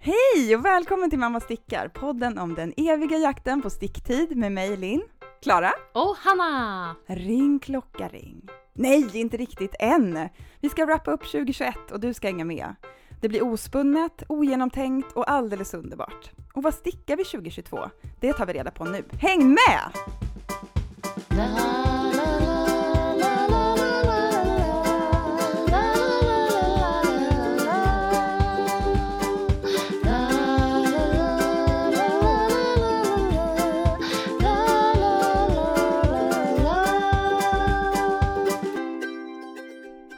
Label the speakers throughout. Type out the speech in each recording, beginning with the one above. Speaker 1: Hej och välkommen till Mamma Stickar, podden om den eviga jakten på sticktid med mig Linn, Klara,
Speaker 2: Och Hanna!
Speaker 1: ring klocka ring. Nej, inte riktigt än! Vi ska wrappa upp 2021 och du ska hänga med. Det blir ospunnet, ogenomtänkt och alldeles underbart. Och vad stickar vi 2022? Det tar vi reda på nu. Häng med!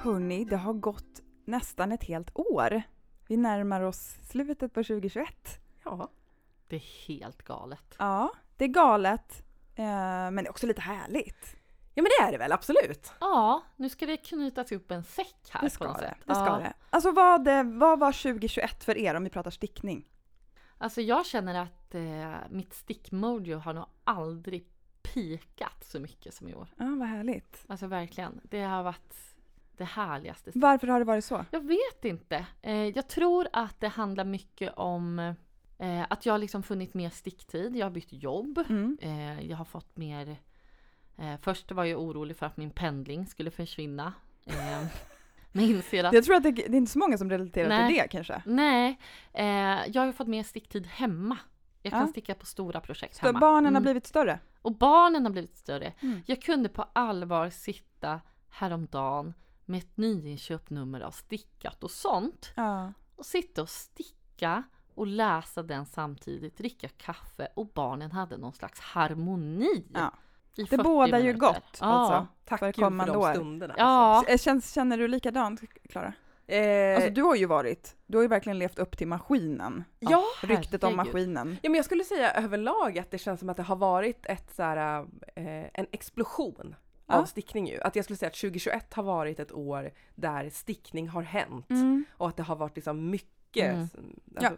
Speaker 1: Hörni, det har gått nästan ett helt år. Vi närmar oss slutet på 2021. Ja.
Speaker 2: Det är helt galet.
Speaker 1: Ja, det är galet. eh, Men det är också lite härligt.
Speaker 3: Ja men det är det väl absolut.
Speaker 2: Ja, nu ska det knytas upp en säck här.
Speaker 1: Det
Speaker 2: på
Speaker 1: ska
Speaker 2: något
Speaker 1: det.
Speaker 2: sätt.
Speaker 1: det, ska
Speaker 2: ja.
Speaker 1: det. Alltså vad, det- vad var 2021 för er om vi pratar stickning?
Speaker 2: Alltså jag känner att eh, mitt stickmojo har nog aldrig pikat så mycket som i år.
Speaker 1: Ja, vad härligt.
Speaker 2: Alltså verkligen. Det har varit det härligaste.
Speaker 1: Varför har det varit så?
Speaker 2: Jag vet inte. Eh, jag tror att det handlar mycket om eh, att jag har liksom funnit mer sticktid. Jag har bytt jobb.
Speaker 1: Mm.
Speaker 2: Eh, jag har fått mer... Eh, först var jag orolig för att min pendling skulle försvinna. Eh, men inser att...
Speaker 1: Jag tror att det, det är inte så många som relaterar
Speaker 2: Nej.
Speaker 1: till det kanske.
Speaker 2: Nej, eh, jag har ju fått mer sticktid hemma. Jag kan
Speaker 1: Ja.
Speaker 2: sticka på stora projekt
Speaker 1: Så
Speaker 2: hemma.
Speaker 1: barnen har
Speaker 2: Mm.
Speaker 1: blivit större.
Speaker 2: Och barnen har blivit större.
Speaker 1: Mm.
Speaker 2: Jag kunde på allvar sitta häromdagen med ett nyinköpt nummer av Stickat och sånt.
Speaker 1: Ja.
Speaker 2: Och sitta och sticka och läsa den samtidigt, dricka kaffe och barnen hade någon slags harmoni.
Speaker 1: Ja.
Speaker 2: i
Speaker 1: Det
Speaker 2: 40
Speaker 1: bådar ju
Speaker 2: minuter.
Speaker 1: gott
Speaker 2: Ja.
Speaker 1: alltså.
Speaker 3: Tack
Speaker 1: För
Speaker 3: för,
Speaker 1: kommande
Speaker 3: för de
Speaker 1: år.
Speaker 3: stunderna.
Speaker 2: Ja,
Speaker 1: Eh, Känns, känner du likadant, Klara?
Speaker 3: Alltså. Eh,
Speaker 1: Alltså du har ju varit, du har ju verkligen levt upp till maskinen.
Speaker 3: ja.
Speaker 1: Ryktet om
Speaker 2: herregud.
Speaker 1: maskinen.
Speaker 3: ja men jag skulle säga överlag att det känns som att det har varit ett så här, eh, en explosion
Speaker 1: Ja.
Speaker 3: av stickning ju. Att jag skulle säga att 2021 har varit ett år där stickning har hänt.
Speaker 1: Mm.
Speaker 3: Och att det har varit liksom mycket.
Speaker 2: Mm.
Speaker 3: Alltså,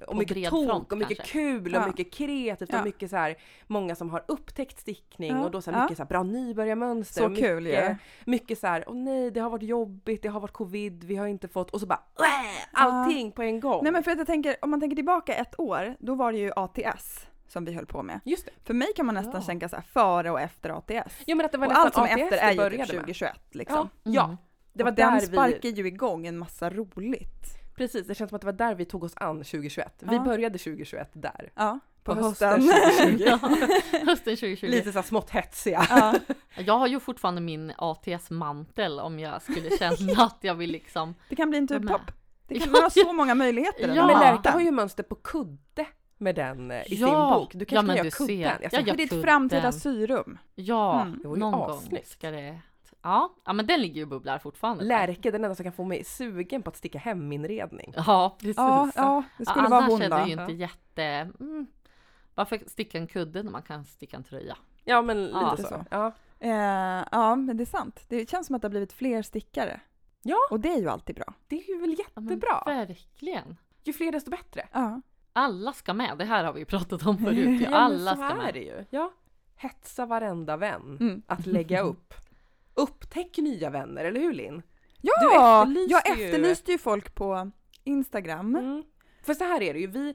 Speaker 3: Och
Speaker 2: På bred
Speaker 3: mycket tok
Speaker 2: front,
Speaker 3: och mycket
Speaker 2: kanske.
Speaker 3: kul
Speaker 1: Ja.
Speaker 3: och mycket kreativt
Speaker 1: Ja.
Speaker 3: och mycket så här, många som har upptäckt stickning
Speaker 1: Ja.
Speaker 3: och då så här,
Speaker 1: Ja.
Speaker 3: mycket så här, bra nybörjarmönster.
Speaker 1: Så
Speaker 3: och mycket,
Speaker 1: kul ju.
Speaker 3: mycket så här, åh nej, det har varit jobbigt, det har varit covid, vi har inte fått och så bara äh, allting på en gång.
Speaker 1: Nej men för att jag tänker, om man tänker tillbaka ett år, då var det ju ATS som vi höll på med.
Speaker 3: Just det.
Speaker 1: För mig kan man nästan
Speaker 2: Ja.
Speaker 1: tänka så här före och efter ATS.
Speaker 3: Ja men att det var
Speaker 1: och
Speaker 3: nästan
Speaker 1: allt som är
Speaker 3: ATS
Speaker 1: efter
Speaker 3: det
Speaker 1: är ju
Speaker 3: började
Speaker 1: typ
Speaker 3: med.
Speaker 1: 2021 liksom.
Speaker 3: Ja,
Speaker 1: Ja.
Speaker 3: ja,
Speaker 2: Mm.
Speaker 3: det var
Speaker 1: och den
Speaker 3: där vi,
Speaker 1: sparkar ju igång en massa roligt.
Speaker 3: precis det känns som att det var där vi tog oss an 2021. Vi
Speaker 1: Ja.
Speaker 3: började 2021 där.
Speaker 1: Ja, på, hösten.
Speaker 3: hösten 2020.
Speaker 2: Mm. Ja, hösten 2020.
Speaker 3: Lite så här smått hetsiga.
Speaker 1: ja.
Speaker 2: Jag har ju fortfarande min ATS-mantel om jag skulle känna att jag vill liksom...
Speaker 1: Det kan bli en
Speaker 2: Vem är?
Speaker 1: tubtopp. Det kan vara så många möjligheter. den
Speaker 2: Ja.
Speaker 3: Men
Speaker 1: här
Speaker 3: Lärka
Speaker 1: världen.
Speaker 3: har ju mönster på kudde med den eh, i
Speaker 2: Ja.
Speaker 3: sin bok. Du kanske
Speaker 2: Ja,
Speaker 3: kan
Speaker 2: men
Speaker 3: göra
Speaker 2: du ser.
Speaker 3: kudden?
Speaker 2: Ja,
Speaker 3: ska-
Speaker 1: För
Speaker 2: jag
Speaker 1: ditt
Speaker 2: kudden.
Speaker 1: framtida syrum.
Speaker 2: Ja,
Speaker 1: Mm.
Speaker 3: Det vore ju
Speaker 2: någon gång
Speaker 3: assnyggt.
Speaker 2: ska det... Ja, ja, men den ligger ju och bubblar fortfarande.
Speaker 3: Lärke, den enda som kan få mig sugen på att sticka heminredning.
Speaker 2: Ja, precis.
Speaker 1: Ja, ja, det skulle vara hon
Speaker 2: Annars är det
Speaker 1: då.
Speaker 2: ju inte jätte... Mm, varför sticka en kudde när man kan sticka en tröja?
Speaker 3: Ja, men lite
Speaker 2: Ja,
Speaker 1: det är
Speaker 3: så.
Speaker 1: så.
Speaker 3: Ja.
Speaker 1: Eh, ja, men det är sant. Det känns som att det har blivit fler stickare.
Speaker 3: Ja.
Speaker 1: Och det är ju alltid bra.
Speaker 3: Det är ju väl
Speaker 2: Ja, men
Speaker 3: jättebra.
Speaker 2: Verkligen.
Speaker 3: Ju fler desto bättre.
Speaker 1: Ja.
Speaker 2: Alla ska med, det här har vi ju pratat om förut. ju.
Speaker 3: Ja, men
Speaker 2: Alla
Speaker 3: så
Speaker 2: ska
Speaker 3: är det
Speaker 2: med.
Speaker 3: ju. Ja. Hetsa varenda vän
Speaker 1: Mm.
Speaker 3: att lägga upp. Upptäck nya vänner, eller hur Linn? Du
Speaker 1: Ja,
Speaker 3: efterlyste
Speaker 1: jag
Speaker 3: ju-
Speaker 1: efterlyste ju folk på Instagram.
Speaker 3: Mm. För så här är det ju, vi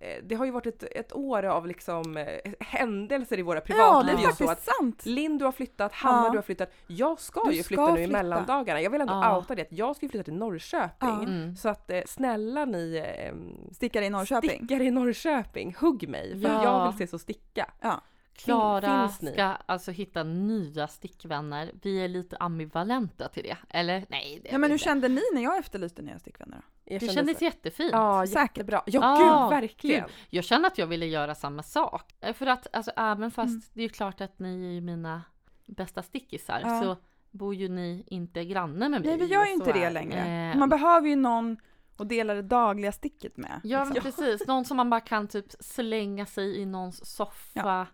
Speaker 3: eh, det har ju varit ett, ett år av liksom eh, händelser i våra
Speaker 1: Ja, det
Speaker 3: privatliv
Speaker 1: är
Speaker 3: just så
Speaker 1: faktiskt
Speaker 3: att
Speaker 1: sant.
Speaker 3: Linn du har flyttat, Hanna
Speaker 1: Ja.
Speaker 3: du har flyttat. Jag ska
Speaker 1: Du
Speaker 3: ju
Speaker 1: ska
Speaker 3: flytta nu i
Speaker 1: flytta.
Speaker 3: mellandagarna. Jag vill ändå
Speaker 2: Ja.
Speaker 3: outa det att jag ska ju flytta till Norrköping.
Speaker 1: Ja.
Speaker 2: Mm.
Speaker 3: Så att eh, snälla ni eh,
Speaker 1: Stickare i Norrköping.
Speaker 3: stickare i Norrköping, hugg mig för
Speaker 2: Ja.
Speaker 3: jag vill ses och sticka.
Speaker 2: Klara
Speaker 3: Finns ni?
Speaker 2: ska alltså hitta nya stickvänner. Vi är lite ambivalenta till det. Eller nej, det är
Speaker 1: Ja, men
Speaker 2: vi
Speaker 1: hur
Speaker 2: inte.
Speaker 1: kände ni när jag efterlyste nya stickvänner? då?
Speaker 3: Jag
Speaker 2: det
Speaker 3: kände
Speaker 2: kändes
Speaker 3: så-
Speaker 2: jättefint.
Speaker 3: Ja,
Speaker 1: Säkert.
Speaker 3: jättebra. Ja,
Speaker 2: Ja,
Speaker 3: gud verkligen.
Speaker 2: Gud, jag känner att jag ville göra samma sak. Eh, För att alltså, även fast
Speaker 1: Mm.
Speaker 2: det är ju klart att ni är ju mina bästa stickisar
Speaker 1: Ja.
Speaker 2: så bor ju ni inte granne med mig.
Speaker 1: Nej, vi gör ju
Speaker 2: Så
Speaker 1: inte
Speaker 2: är
Speaker 1: det längre.
Speaker 2: Eh,
Speaker 1: Man behöver ju någon att dela det dagliga sticket med.
Speaker 2: Ja, men
Speaker 1: liksom.
Speaker 2: precis. Någon som man bara kan typ slänga sig i någons soffa.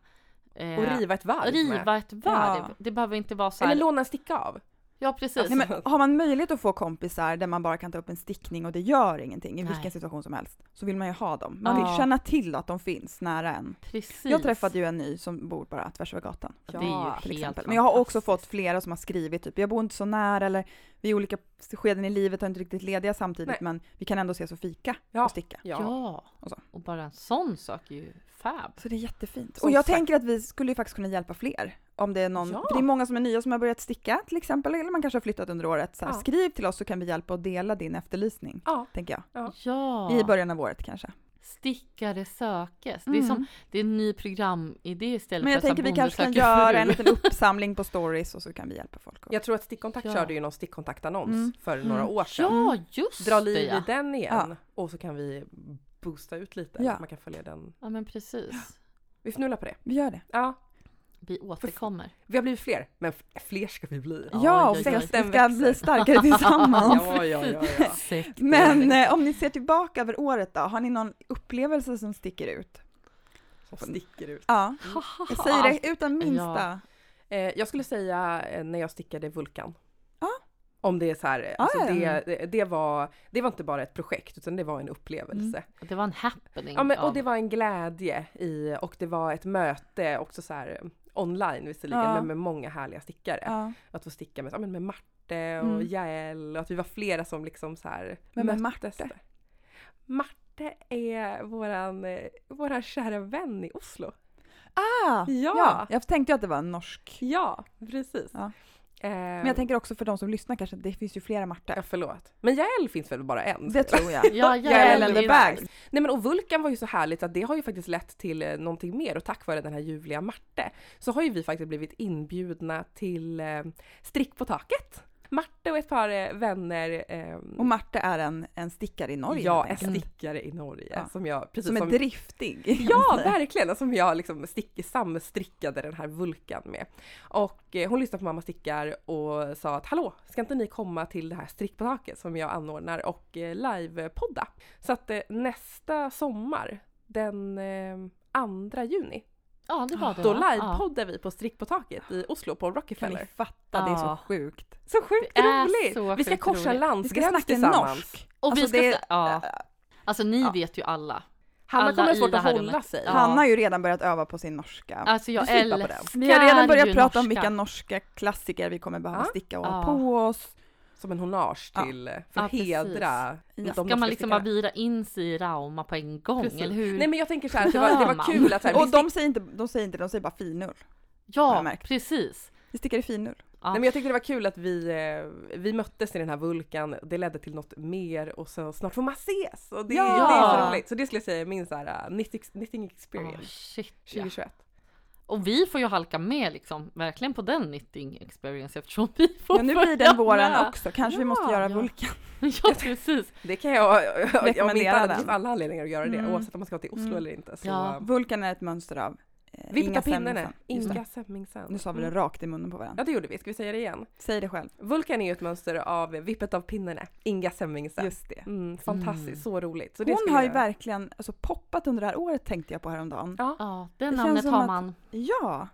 Speaker 2: eh,
Speaker 3: Och riva ett varv med.
Speaker 2: riva ett varv.
Speaker 1: Ja.
Speaker 2: Det behöver inte vara så
Speaker 3: Eller
Speaker 2: här.
Speaker 3: låna en sticka av.
Speaker 2: Ja precis.
Speaker 1: Nej, men har man möjlighet att få kompisar där man bara kan ta upp en stickning och det gör ingenting i
Speaker 2: Nej.
Speaker 1: vilken situation som helst så vill man ju ha dem. Man vill
Speaker 2: Ja.
Speaker 1: känna till att de finns nära en.
Speaker 2: precis.
Speaker 1: Jag träffade ju en ny som bor bara tvärs över gatan.
Speaker 2: Ja, det är ju
Speaker 1: till
Speaker 2: helt
Speaker 1: exempel. Men jag har också
Speaker 2: fantastiskt.
Speaker 1: fått flera som har skrivit typ, jag bor inte så nära eller vi är i olika skeden i livet och inte riktigt lediga samtidigt
Speaker 3: Nej.
Speaker 1: men vi kan ändå ses och fika
Speaker 3: Ja.
Speaker 1: och sticka.
Speaker 2: Ja.
Speaker 1: Och
Speaker 2: Och,
Speaker 1: så.
Speaker 2: bara en sån sak är ju fab.
Speaker 1: Så det är jättefint.
Speaker 3: Som
Speaker 1: Och jag
Speaker 3: sagt.
Speaker 1: tänker att vi skulle ju faktiskt kunna hjälpa fler. Om det är någon,
Speaker 3: Ja.
Speaker 1: för det är många som är nya som har börjat sticka till exempel, eller man kanske har flyttat under året. Så här,
Speaker 3: Ja.
Speaker 1: Skriv till oss så kan vi hjälpa och dela din efterlysning,
Speaker 3: Ja.
Speaker 1: tänker jag.
Speaker 3: Ja.
Speaker 2: Ja.
Speaker 1: I början av året kanske.
Speaker 2: Stickare sökes. Det,
Speaker 1: Mm.
Speaker 2: är som, det är en ny programidé istället
Speaker 1: Men jag
Speaker 2: för att
Speaker 1: tänker vi
Speaker 2: Bonde
Speaker 1: kanske kan
Speaker 2: söker fru.
Speaker 1: göra en liten uppsamling på stories och så kan vi hjälpa folk. Och...
Speaker 3: Jag tror att Stickkontakt
Speaker 2: Ja.
Speaker 3: körde ju någon stickkontaktannons
Speaker 1: Mm.
Speaker 3: för några år sedan.
Speaker 2: Ja, just
Speaker 3: Dra
Speaker 2: det
Speaker 3: liv
Speaker 2: ja.
Speaker 3: i den igen
Speaker 1: Ja.
Speaker 3: och så kan vi boosta ut lite.
Speaker 1: Ja.
Speaker 3: Man kan följa den.
Speaker 2: Ja men precis.
Speaker 3: Vi fnular på det.
Speaker 1: Vi gör det.
Speaker 3: Ja,
Speaker 2: Vi återkommer.
Speaker 3: vi har blivit fler, men f- fler ska vi bli.
Speaker 2: Ja,
Speaker 1: Ja, och
Speaker 2: ja,
Speaker 1: vi ska,
Speaker 2: ja.
Speaker 1: vi ska
Speaker 3: Växer.
Speaker 1: bli starkare tillsammans.
Speaker 3: ja, ja, ja, ja.
Speaker 2: Sekter.
Speaker 1: Men eh, om ni ser tillbaka över året då, har ni någon upplevelse som sticker ut?
Speaker 3: Som sticker ut.
Speaker 1: Ja, jag säger det utan minsta.
Speaker 3: Eh, jag skulle säga eh, när jag stickade Vulkan.
Speaker 1: Ja.
Speaker 3: Om det är så här,
Speaker 1: Ja,
Speaker 3: alltså
Speaker 1: ja, ja.
Speaker 3: det, det, det, var, det var inte bara ett projekt utan det var en upplevelse.
Speaker 1: Mm.
Speaker 2: Det var en happening.
Speaker 3: Ja, men, och
Speaker 2: av-
Speaker 3: det var en glädje i, och det var ett möte också så här eh, online visserligen,
Speaker 1: Ja.
Speaker 3: men med många härliga stickare.
Speaker 1: Ja.
Speaker 3: Att få sticka med, ja, men med Marte och
Speaker 1: Mm.
Speaker 3: Jael och att vi var flera som liksom så här
Speaker 1: Vem är
Speaker 3: möttes
Speaker 1: Marte?
Speaker 3: där. Marte är våran, eh, våran kära vän i Oslo.
Speaker 1: Ah,
Speaker 3: Ja.
Speaker 1: ja, jag tänkte ju att det var en norsk.
Speaker 3: Ja, precis.
Speaker 1: Ja.
Speaker 3: Eh,
Speaker 1: Men jag tänker också för de som lyssnar kanske, det finns ju flera Marta.
Speaker 3: Ja, förlåt. Men Jael finns väl bara en?
Speaker 1: Det tror jag.
Speaker 2: Ja,
Speaker 1: Jag är
Speaker 2: jävlar,
Speaker 1: Ellen
Speaker 2: det
Speaker 1: the
Speaker 2: är-
Speaker 1: Bag.
Speaker 3: Nej men och Vulkan var ju så härligt att det har ju faktiskt lett till eh, någonting mer och tack vare den här ljuvliga Marte så har ju vi faktiskt blivit inbjudna till eh, Strick på taket. Marte och ett par eh, vänner. Eh,
Speaker 1: Och Marta är en, en stickare i Norge
Speaker 3: ja,
Speaker 1: helt
Speaker 3: en
Speaker 1: enkelt.
Speaker 3: stickare i Norge
Speaker 1: Ja.
Speaker 3: som jag precis
Speaker 1: som är
Speaker 3: som,
Speaker 1: driftig. Alltså, kan man
Speaker 3: Ja,
Speaker 1: säga.
Speaker 3: verkligen! Som jag liksom stick, samstrickade den här Vulkan med. Och eh, hon lyssnade på Mamma Stickar och sa att hallå, ska inte ni komma till det här Strick på taket som jag anordnar och eh, livepodda? Så att eh, nästa sommar, den eh, 2 juni,
Speaker 2: Ja, det var det.
Speaker 3: då
Speaker 2: va?
Speaker 3: livepoddar vi på Strick på taket i Oslo på
Speaker 1: Kan ni
Speaker 3: Rockefeller.
Speaker 1: fatta? Det är så
Speaker 2: Ja.
Speaker 1: sjukt.
Speaker 3: Så sjukt
Speaker 2: Det är
Speaker 3: roligt!
Speaker 2: så
Speaker 3: vi ska
Speaker 2: sjukt
Speaker 3: korsa
Speaker 2: roligt.
Speaker 1: Vi ska
Speaker 3: landsgräns
Speaker 1: snacka
Speaker 3: tillsammans.
Speaker 1: norsk.
Speaker 2: Ja. Och
Speaker 1: Alltså,
Speaker 2: vi ska...
Speaker 1: det är-
Speaker 2: sna- ja. Alltså ni
Speaker 1: Ja.
Speaker 2: vet ju alla.
Speaker 3: Hanna
Speaker 2: alla
Speaker 3: kommer ha
Speaker 2: i
Speaker 3: svårt
Speaker 2: det
Speaker 3: att
Speaker 2: här
Speaker 3: hålla
Speaker 2: rummet.
Speaker 3: sig.
Speaker 2: Ja.
Speaker 1: Hanna har ju redan börjat öva på sin norska.
Speaker 2: Alltså jag
Speaker 3: Du slipar på
Speaker 2: älskar
Speaker 1: vi har redan börjat
Speaker 2: ju
Speaker 1: prata om
Speaker 2: norska.
Speaker 1: vilka norska klassiker vi kommer behöva
Speaker 3: Ja.
Speaker 1: sticka och ha
Speaker 2: Ja.
Speaker 1: på oss.
Speaker 3: Som en honnage
Speaker 1: Ja.
Speaker 3: till, för
Speaker 2: Ja,
Speaker 3: att
Speaker 2: precis.
Speaker 3: hedra
Speaker 1: Ja.
Speaker 3: de
Speaker 1: Ska
Speaker 2: Ska
Speaker 3: norska
Speaker 2: man liksom
Speaker 3: stickarna.
Speaker 2: bara vira in sig i Rauma på en gång,
Speaker 3: Precis.
Speaker 2: eller hur?
Speaker 3: Nej men jag tänker så här, att det var, det var
Speaker 2: man?
Speaker 3: kul att så här, vi
Speaker 1: Och
Speaker 3: stick-
Speaker 1: de säger, inte, de säger inte, de säger bara finull. har jag
Speaker 2: ja,
Speaker 1: märkt.
Speaker 2: precis.
Speaker 1: Vi stickar i finull.
Speaker 2: Ja.
Speaker 3: Nej, men jag tyckte det var kul att vi, eh, vi möttes i den här vulkan, det ledde till något mer och så snart får man ses! Och det,
Speaker 1: Ja!
Speaker 3: det är så roligt! Så det skulle jag säga är min så här, eh, knitting, knitting
Speaker 2: Ah,
Speaker 3: experience
Speaker 2: shit, ja.
Speaker 3: 2021.
Speaker 2: Och vi får ju halka med liksom, verkligen på den knitting experience eftersom vi får
Speaker 1: Ja, nu blir
Speaker 2: följa
Speaker 1: den våren
Speaker 2: med.
Speaker 1: också. Kanske vi
Speaker 3: Ja,
Speaker 1: måste göra
Speaker 2: ja.
Speaker 1: vulkan.
Speaker 2: Ja, precis.
Speaker 3: Det kan jag, om inte
Speaker 1: Rekommendera
Speaker 3: annat,
Speaker 1: den.
Speaker 3: det finns alla anledningar att göra det
Speaker 1: Mm.
Speaker 3: oavsett om man ska till Oslo
Speaker 1: Mm.
Speaker 3: eller inte. Så,
Speaker 2: Ja.
Speaker 3: eh,
Speaker 1: Vulkan är ett mönster av eh,
Speaker 3: Vippa pinnen är
Speaker 1: Semmingsen. Just det.
Speaker 3: Inga Semmingsen.
Speaker 1: Nu sa vi det
Speaker 3: Mm.
Speaker 1: rakt i munnen på varandra.
Speaker 3: Ja det gjorde vi, ska vi säga det igen?
Speaker 1: Säg det själv.
Speaker 3: Vulkan är ju ett mönster av vippet av pinnarna, Inga Semmingsen.
Speaker 1: Just det.
Speaker 3: Mm, fantastiskt,
Speaker 2: Mm.
Speaker 3: så roligt. Så det
Speaker 1: Hon
Speaker 3: skulle
Speaker 1: har ju
Speaker 3: jag-
Speaker 1: verkligen alltså, poppat under det här året tänkte jag på häromdagen.
Speaker 3: Ja.
Speaker 2: Ja, det
Speaker 1: känns
Speaker 2: namnet
Speaker 1: som
Speaker 2: har
Speaker 1: att-
Speaker 2: man.
Speaker 1: Ja,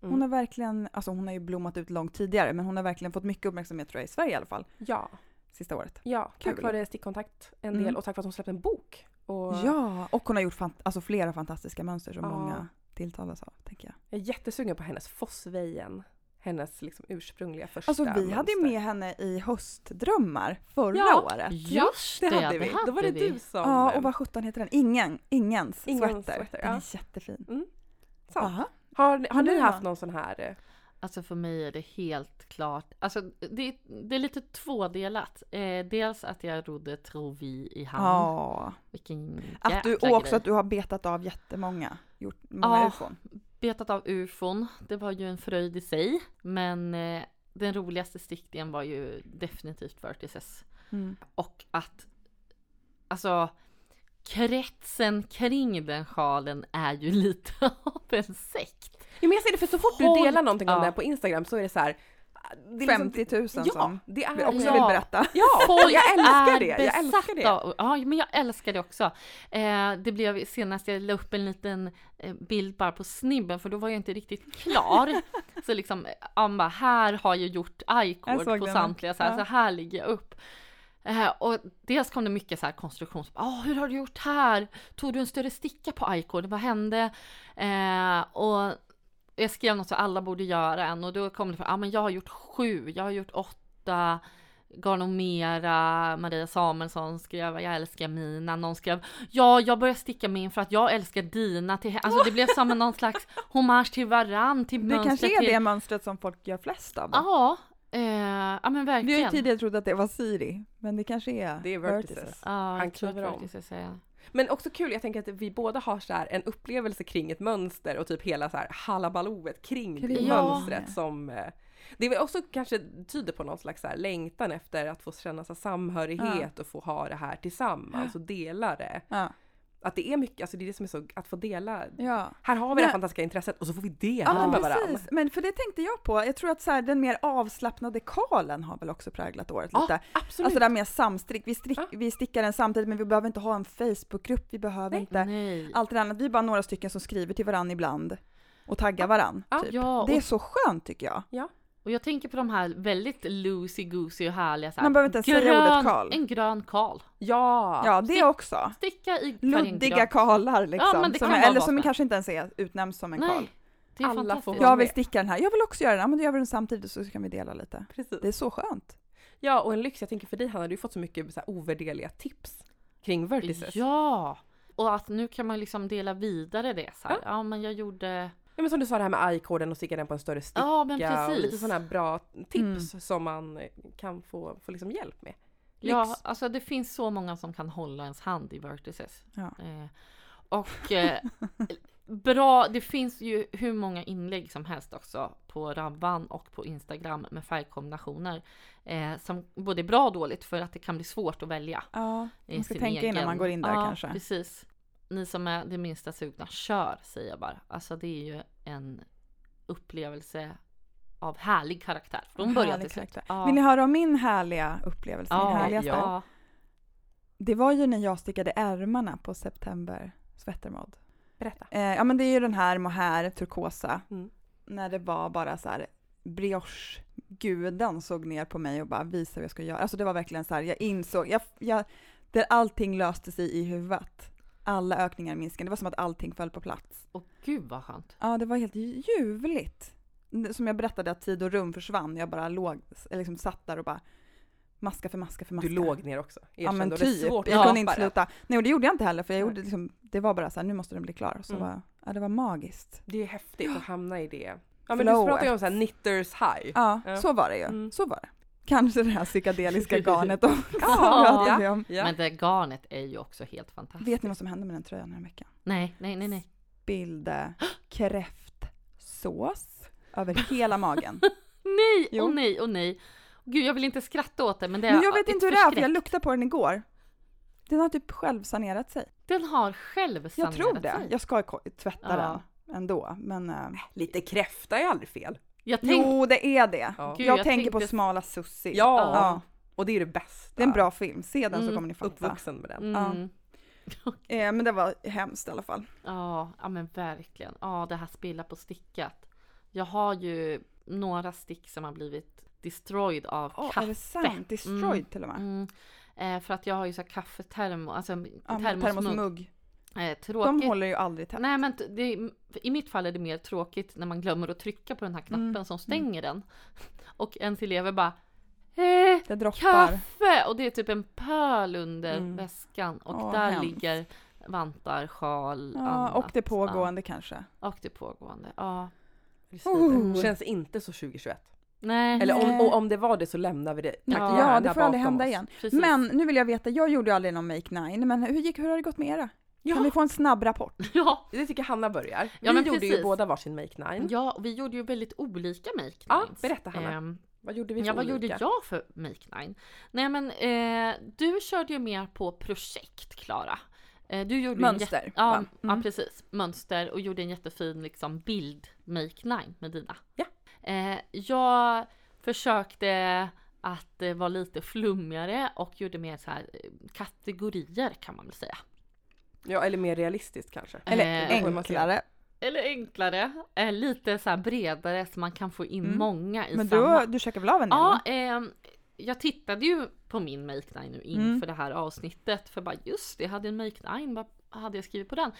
Speaker 1: hon
Speaker 3: Mm.
Speaker 1: har verkligen, alltså hon har ju blommat ut långt tidigare men hon har verkligen fått mycket uppmärksamhet tror jag i Sverige i alla fall,
Speaker 3: Ja.
Speaker 1: sista året.
Speaker 3: Ja, tack
Speaker 1: Kul.
Speaker 3: vare stickkontakt en
Speaker 1: Mm.
Speaker 3: del och tack vare att hon släppte en bok. Och
Speaker 1: Ja, och hon har gjort fant- alltså, flera fantastiska mönster som
Speaker 3: Ja.
Speaker 1: många tilltalas av, tänker jag.
Speaker 3: Jag är jättesugen på hennes Fossvejen. Hennes liksom ursprungliga första
Speaker 1: Alltså vi hade ju
Speaker 3: mönster.
Speaker 1: med henne i Höstdrömmar förra
Speaker 3: Ja.
Speaker 1: året.
Speaker 2: Just det,
Speaker 3: det hade vi. Då var det
Speaker 2: vi.
Speaker 3: du som...
Speaker 1: Ja, och vad sjutton heter den? Ingen, ingens
Speaker 3: Ingens
Speaker 1: sweater.
Speaker 3: sweater,
Speaker 1: Den
Speaker 3: ja.
Speaker 1: är jättefin.
Speaker 3: Mm. Sant.
Speaker 1: Aha.
Speaker 3: Har, ni- har
Speaker 1: Men
Speaker 3: ni
Speaker 1: du
Speaker 3: haft
Speaker 1: då?
Speaker 3: någon sån här... eh,
Speaker 2: Alltså för mig är det helt klart, alltså det, det är lite tvådelat. Eh, dels att jag rodde Trovi i hamn.
Speaker 1: Ja.
Speaker 2: Vilken
Speaker 1: Att du,
Speaker 2: jäkla
Speaker 1: och också
Speaker 2: grej.
Speaker 1: att du har betat av jättemånga, gjort många
Speaker 2: Ja.
Speaker 1: ufon.
Speaker 2: betat av ufon. Det var ju en fröjd i sig. Men eh, den roligaste stickningen var ju definitivt Vertices.
Speaker 1: Mm.
Speaker 2: Och att alltså kretsen kring den sjalen är ju lite av en sekt.
Speaker 3: Jo men jag ser det för så fort du
Speaker 2: Håll-
Speaker 3: delar någonting om
Speaker 2: Ja.
Speaker 3: det här på Instagram så är det så här det är
Speaker 1: 50 000
Speaker 3: liksom, Ja,
Speaker 1: som
Speaker 3: det
Speaker 1: vi
Speaker 3: är...
Speaker 1: också
Speaker 2: Ja.
Speaker 1: vill berätta.
Speaker 3: Ja,
Speaker 2: Folk
Speaker 3: jag älskar
Speaker 2: är
Speaker 3: det. Jag
Speaker 2: besatta
Speaker 3: älskar det.
Speaker 2: av- Ja, men jag älskar det också. Eh, det blev senast jag la upp en liten eh, bild bara på snibben för då var jag inte riktigt klar. så liksom, eh, han bara, här har jag gjort
Speaker 1: Jag
Speaker 2: i-cord
Speaker 1: såg
Speaker 2: på
Speaker 1: den.
Speaker 2: samtliga så här,
Speaker 1: Ja.
Speaker 2: så här ligger jag upp. Eh, och dels kom det mycket så här konstruktion, så, "Ah, hur har du gjort här? Tog du en större sticka på i-cord? Vad hände? Eh, och jag skrev något som alla borde göra en och då kom det fram, ah, men jag har gjort sju, jag har gjort åtta, Garnomera, Maria Samuelsson skrev jag älskar mina, någon skrev ja jag börjar sticka min för att jag älskar dina till he-" Alltså det blev som en någon slags hommage till varann, till
Speaker 1: Det
Speaker 2: mönstret.
Speaker 1: kanske är
Speaker 2: till...
Speaker 1: det mönstret som folk gör flest av.
Speaker 2: Ja, eh, ja men
Speaker 1: Vi har ju
Speaker 2: verkligen.
Speaker 1: tidigare trott att det var Siri, men det kanske är
Speaker 3: Det är vertices.
Speaker 2: Ja, jag
Speaker 3: Han
Speaker 2: tror att
Speaker 3: kliver
Speaker 2: det
Speaker 3: om.
Speaker 2: var det jag säga.
Speaker 3: Men också kul, jag tänker att vi båda har så här en upplevelse kring ett mönster och typ hela så här halabaloet kring
Speaker 1: Kring-
Speaker 2: Ja.
Speaker 3: mönstret som eh, det väl också kanske tyder på någon slags så här längtan efter att få känna så här samhörighet och få ha det här tillsammans och dela det.
Speaker 1: Ja.
Speaker 3: Att det är mycket, alltså det är det som är så, att få dela.
Speaker 1: ja.
Speaker 3: Här har vi det här
Speaker 1: Men-
Speaker 3: fantastiska intresset och så får vi dela
Speaker 1: Ja,
Speaker 3: med varandra.
Speaker 1: precis. Men för det tänkte jag på. Jag tror att så här, den mer avslappnade Karlen har väl också präglat året
Speaker 3: Ja,
Speaker 1: lite.
Speaker 3: absolut.
Speaker 1: Alltså det där med samstrick. Vi, strick,
Speaker 3: Ja.
Speaker 1: vi stickar den samtidigt, men vi behöver inte ha en Facebookgrupp. Vi behöver
Speaker 3: Nej.
Speaker 1: inte
Speaker 2: Nej.
Speaker 1: allt det där. annat. Vi är bara några stycken som skriver till varandra ibland och taggar varandra.
Speaker 3: Ja.
Speaker 1: Typ.
Speaker 2: Ja,
Speaker 1: Det är
Speaker 2: och,
Speaker 1: så skönt tycker jag.
Speaker 2: och jag tänker på de här väldigt loosey-goosey och härliga så här,
Speaker 1: Man behöver inte ens säga ordet Karl.
Speaker 2: En grön Karl.
Speaker 3: ja.
Speaker 1: Ja, det också.
Speaker 2: Sticka i färgen
Speaker 1: Luddiga Karlar liksom.
Speaker 2: men det
Speaker 1: som,
Speaker 2: kan
Speaker 1: är-
Speaker 2: vara
Speaker 1: eller
Speaker 2: vad
Speaker 1: som
Speaker 2: som-
Speaker 1: kanske inte ens är utnämns som en Karl.
Speaker 2: Nej, det är
Speaker 3: Alla får
Speaker 2: fantastiskt.
Speaker 3: vara
Speaker 1: Jag
Speaker 3: med.
Speaker 1: vill sticka den här. Jag vill också göra den här, men då gör vi den samtidigt så kan vi dela lite.
Speaker 3: Precis.
Speaker 1: Det är så skönt.
Speaker 3: Ja, och en lyx. Jag tänker för dig Hanna, du har ju fått så mycket så här ovärderliga tips kring vertices.
Speaker 2: Ja! Och att nu kan man liksom dela vidare det så här. Ja, men jag gjorde...
Speaker 3: Ja men som du sa det här med i-koden och sticka den på en större sticka.
Speaker 2: Ja, men
Speaker 3: och
Speaker 2: precis.
Speaker 3: lite sådana bra tips
Speaker 1: Mm.
Speaker 3: som man kan få, få liksom hjälp med. Lyx.
Speaker 2: Ja, alltså det finns så många som kan hålla ens hand i Vertices.
Speaker 1: Ja.
Speaker 2: Eh, och eh, bra, det finns ju hur många inlägg som helst också på Rabban och på Instagram med färgkombinationer. Eh, som både är bra och dåligt för att det kan bli svårt att välja.
Speaker 1: Ja,
Speaker 2: i
Speaker 1: man ska
Speaker 2: sin
Speaker 1: tänka innan
Speaker 2: egen-
Speaker 1: man går in där
Speaker 2: ja,
Speaker 1: kanske.
Speaker 2: precis. Ni som är det minsta sugna, kör säger jag bara. Alltså det är ju en upplevelse av härlig karaktär från början
Speaker 1: Härlig
Speaker 2: till slut.
Speaker 1: karaktär.
Speaker 2: Ja.
Speaker 1: Vill ni höra om min härliga upplevelse? min härligaste?
Speaker 2: ja.
Speaker 1: Det var ju när jag stickade ärmarna på September Svettermod.
Speaker 3: Berätta.
Speaker 1: Eh, ja men det är ju den här mohair, turkosa.
Speaker 3: Mm.
Speaker 1: När det var bara så här brioche-guden såg ner på mig och bara visade vad jag skulle göra. Alltså det var verkligen så här, jag insåg, jag, jag, där allting löste sig i huvudet. Alla ökningar minskade, det var som att allting föll på plats.
Speaker 2: Och gud vad skönt.
Speaker 1: Ja, det var helt ljuvligt. Som jag berättade att tid och rum försvann. Jag bara låg, eller liksom satt där och bara maska för maska för maska.
Speaker 3: Du låg ner också.
Speaker 1: Ja men
Speaker 3: Erkände, och
Speaker 1: typ.
Speaker 3: Det är svårt att
Speaker 1: Jag kunde
Speaker 3: släppa
Speaker 1: inte
Speaker 3: det.
Speaker 1: sluta. Nej och det gjorde jag inte heller för jag
Speaker 3: Nej.
Speaker 1: gjorde liksom, det var bara så här, nu måste den bli klar. Så
Speaker 3: Mm.
Speaker 1: var, ja, det var magiskt.
Speaker 3: Det är häftigt att hamna i det. Ja men
Speaker 1: Flowet.
Speaker 3: du pratar ju om så här knitters high.
Speaker 1: Ja,
Speaker 3: Ja.
Speaker 1: så var det ju.
Speaker 3: Mm.
Speaker 1: Så var det. Kanske det här psykedeliska garnet om som
Speaker 2: Ja.
Speaker 1: pratade vi om.
Speaker 3: Ja.
Speaker 2: Men det garnet är ju också helt fantastiskt.
Speaker 1: Vet ni vad som hände med den tröjan här veckan?
Speaker 2: Nej, nej, nej, nej.
Speaker 1: Bilde kräftsås över hela magen.
Speaker 2: Nej,
Speaker 1: Jo.
Speaker 2: och nej, och nej. Gud, jag vill inte skratta åt det men det är
Speaker 1: Men jag vet
Speaker 2: ett
Speaker 1: inte hur det är för jag
Speaker 2: förskräck.
Speaker 1: luktade på den igår. Den har typ självsanerat sig.
Speaker 2: Den har själv
Speaker 1: Jag tror
Speaker 2: sanerat
Speaker 1: det.
Speaker 2: sig.
Speaker 1: Jag ska ko- tvätta
Speaker 2: Ja.
Speaker 1: den ändå. Men, eh,
Speaker 3: Lite kräfta är aldrig fel.
Speaker 2: Jag tänkte...
Speaker 1: jo, det är det.
Speaker 3: Ja.
Speaker 2: Gud,
Speaker 1: jag,
Speaker 2: jag
Speaker 1: tänker på
Speaker 2: tänkte-
Speaker 1: Smala Sussi.
Speaker 3: Ja.
Speaker 1: Ja.
Speaker 3: Och det är det bästa.
Speaker 1: Det är en bra film, se den så
Speaker 2: Mm,
Speaker 1: kommer ni fatta.
Speaker 3: Uppvuxen med den.
Speaker 2: Mm.
Speaker 1: Eh, men det var hemskt i alla fall.
Speaker 2: Ja, ja men verkligen. Ja, det här spilla på stickat. Jag har ju några stick som har blivit destroyed av
Speaker 1: Oh, är
Speaker 2: kaffe.
Speaker 1: det sant? Destroyed
Speaker 2: Mm.
Speaker 1: till och med.
Speaker 2: Mm. Eh, för att jag har ju så här kaffetermo, alltså en
Speaker 1: Ja, men
Speaker 2: termosmugg.
Speaker 1: termosmugg.
Speaker 2: Eh,
Speaker 1: De
Speaker 2: tråkigt.
Speaker 1: håller ju aldrig tätt.
Speaker 2: Nej men t- det, är- i mitt fall är det mer tråkigt när man glömmer att trycka på den här knappen
Speaker 1: Mm.
Speaker 2: som stänger den. Och ens elever bara eh,
Speaker 1: Det droppar.
Speaker 2: Kaffe! Och det är typ en pöl under
Speaker 3: Mm.
Speaker 2: väskan och
Speaker 1: Åh,
Speaker 2: där
Speaker 1: hemskt.
Speaker 2: ligger vantar, sjal,
Speaker 1: Ja,
Speaker 2: annat.
Speaker 1: och det pågående kanske.
Speaker 2: Ja, och det pågående. Ja.
Speaker 1: Oh.
Speaker 3: Känns inte så 2021.
Speaker 2: Nej.
Speaker 3: Eller om,
Speaker 1: Nej.
Speaker 3: och om det var det så lämnar vi det. Tack
Speaker 2: Ja.
Speaker 1: Ja,
Speaker 3: gärna
Speaker 1: det får
Speaker 3: bakom
Speaker 1: aldrig hända
Speaker 3: oss.
Speaker 1: igen.
Speaker 2: Precis.
Speaker 1: Men nu vill jag veta, jag gjorde ju aldrig någon Make Nine, men hur, gick, hur har det gått med era? Kan vi
Speaker 3: Ja,
Speaker 1: få en snabb rapport?
Speaker 2: Ja.
Speaker 3: det tycker jag Hanna börjar.
Speaker 2: Ja,
Speaker 3: vi
Speaker 2: men
Speaker 3: gjorde ju
Speaker 2: precis.
Speaker 3: båda varsin make nine.
Speaker 2: ja, och vi gjorde ju väldigt olika make
Speaker 3: Ja,
Speaker 2: nights.
Speaker 3: berätta Hanna.
Speaker 2: Ehm,
Speaker 3: Vad gjorde vi för
Speaker 2: Ja, vad
Speaker 3: olika?
Speaker 2: gjorde jag för Make Nine? Nej men eh, du körde ju mer på projekt Klara. Eh, du gjorde ju en jätte-
Speaker 1: Mönster.
Speaker 2: Ja,
Speaker 1: va?
Speaker 2: ja,
Speaker 1: Mm.
Speaker 2: precis. Mönster och gjorde en jättefin liksom, bild, Make Nine, med dina.
Speaker 3: Ja.
Speaker 2: Eh, jag försökte att eh, vara lite flummigare och gjorde mer så här eh, kategorier kan man väl säga.
Speaker 3: Ja, eller mer realistiskt kanske.
Speaker 1: Eller
Speaker 2: Eh,
Speaker 3: det får man se.
Speaker 1: enklare.
Speaker 2: Eller enklare, eh, lite så här bredare så man kan få in
Speaker 1: Mm.
Speaker 2: många i
Speaker 1: Men
Speaker 2: samma.
Speaker 1: du, du checkar väl av en del?
Speaker 2: Ja,
Speaker 1: va?
Speaker 2: ehm, jag tittade ju på min make nine nu inför
Speaker 1: Mm.
Speaker 2: det här avsnittet för bara just det, jag hade en make nine, vad hade jag skrivit på den?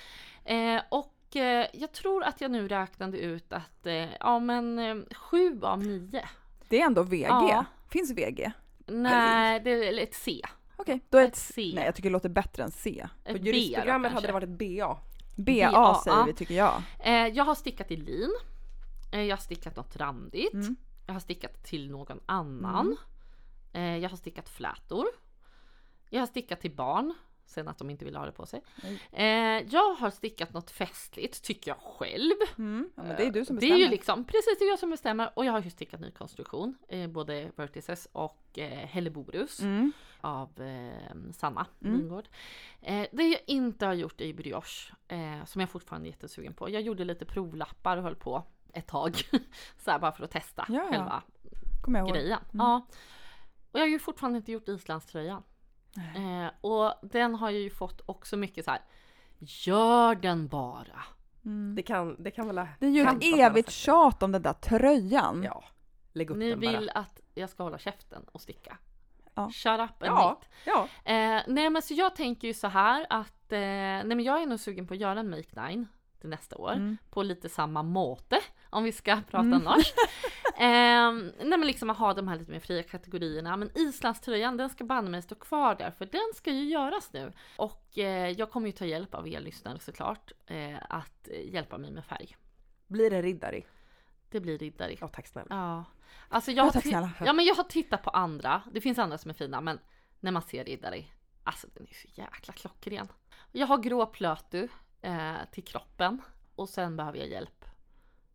Speaker 2: Eh, och eh, jag tror att jag nu räknade ut att eh, ja men eh, sju av nio.
Speaker 1: Det är ändå VG.
Speaker 2: Ja.
Speaker 1: Finns VG?
Speaker 2: Nej, det är eller ett C.
Speaker 1: Okej, då är
Speaker 2: Ett
Speaker 1: ett
Speaker 2: C.
Speaker 1: Nej, jag tycker det låter bättre än C.
Speaker 2: Ett
Speaker 3: På
Speaker 2: B då
Speaker 3: juristprogrammet
Speaker 2: kanske.
Speaker 3: hade det varit ett BA.
Speaker 1: BA,
Speaker 2: BA.
Speaker 1: säger vi tycker jag.
Speaker 2: Eh, jag har stickat i lin. Eh, jag har stickat något randigt.
Speaker 1: Mm.
Speaker 2: Jag har stickat till någon annan.
Speaker 1: Mm.
Speaker 2: Eh, jag har stickat flätor. Jag har stickat till barn. Sen att de inte vill ha det på sig.
Speaker 1: Nej.
Speaker 2: Eh, jag har stickat något festligt, tycker jag själv.
Speaker 1: Mm. Ja, men det är du som
Speaker 2: Det är
Speaker 1: bestämmer.
Speaker 2: ju liksom, precis det är jag som bestämmer. Och jag har ju stickat ny konstruktion. Eh, både Vertices och eh, Helleborus
Speaker 1: mm.
Speaker 2: av eh, Sanna
Speaker 1: Mm.
Speaker 2: Wingård. Eh, det jag inte har gjort är brioche, eh, som jag fortfarande är jättesugen på. Jag gjorde lite provlappar och höll på ett tag. så här bara för att testa
Speaker 1: Ja, mm. ja.
Speaker 2: själva
Speaker 1: Kommer jag ihåg.
Speaker 2: grejen. Ja. Och jag har ju fortfarande inte gjort islandströjan. Eh, och den har jag ju fått också mycket så här. Gör den bara!
Speaker 1: Mm.
Speaker 3: Det kan, det kan väl...
Speaker 1: Det är ju
Speaker 3: kan
Speaker 1: ett
Speaker 3: vara
Speaker 1: evigt
Speaker 3: sagt.
Speaker 1: tjat om den där tröjan.
Speaker 3: Ja, lägg upp
Speaker 2: Ni
Speaker 3: den bara.
Speaker 2: vill att jag ska hålla käften och sticka.
Speaker 1: Ja.
Speaker 2: Shut up and knit.
Speaker 3: Ja, ja.
Speaker 2: Eh, nej men så jag tänker ju så här att eh, nej men jag är nog sugen på att göra en make nine till nästa år.
Speaker 1: Mm.
Speaker 2: På lite samma måte om vi ska prata
Speaker 1: Mm.
Speaker 2: norskt. eh, nej men liksom att ha de här lite mer fria kategorierna. Men islandströjan den ska banne mig stå kvar där för den ska ju göras nu. Och eh, jag kommer ju ta hjälp av er lyssnare såklart eh, att eh, hjälpa mig med färg.
Speaker 3: Blir det riddare?
Speaker 2: Det blir riddare.
Speaker 3: Ja, tack snälla.
Speaker 2: Ja. Alltså jag,
Speaker 1: Ja,
Speaker 2: har
Speaker 1: tack
Speaker 2: ti-
Speaker 1: snälla.
Speaker 2: Ja men jag har tittat på andra, det finns andra som är fina men när man ser riddare, alltså den är så jäkla klockren. Jag har grå plötu eh, till kroppen och sen behöver jag hjälp.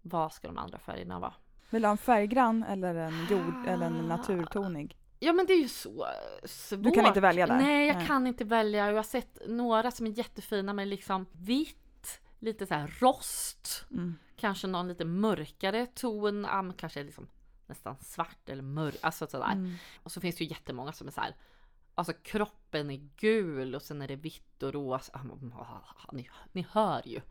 Speaker 2: Vad ska de andra färgerna vara?
Speaker 1: Vill du ha en färggrann eller en jord eller en naturtonig?
Speaker 2: Ja men det är ju så eh, svårt.
Speaker 1: Du kan inte välja där?
Speaker 2: Nej jag
Speaker 1: Nej.
Speaker 2: kan inte välja jag har sett några som är jättefina men liksom vitt, lite så här rost,
Speaker 1: Mm.
Speaker 2: kanske någon lite mörkare ton, ja, men kanske liksom nästan svart eller mörk, alltså sådär.
Speaker 1: Mm.
Speaker 2: Och så finns det ju jättemånga som är så här. Alltså kroppen är gul och sen är det vitt och rosa. Ah, men, ah, Ni, ni hör ju.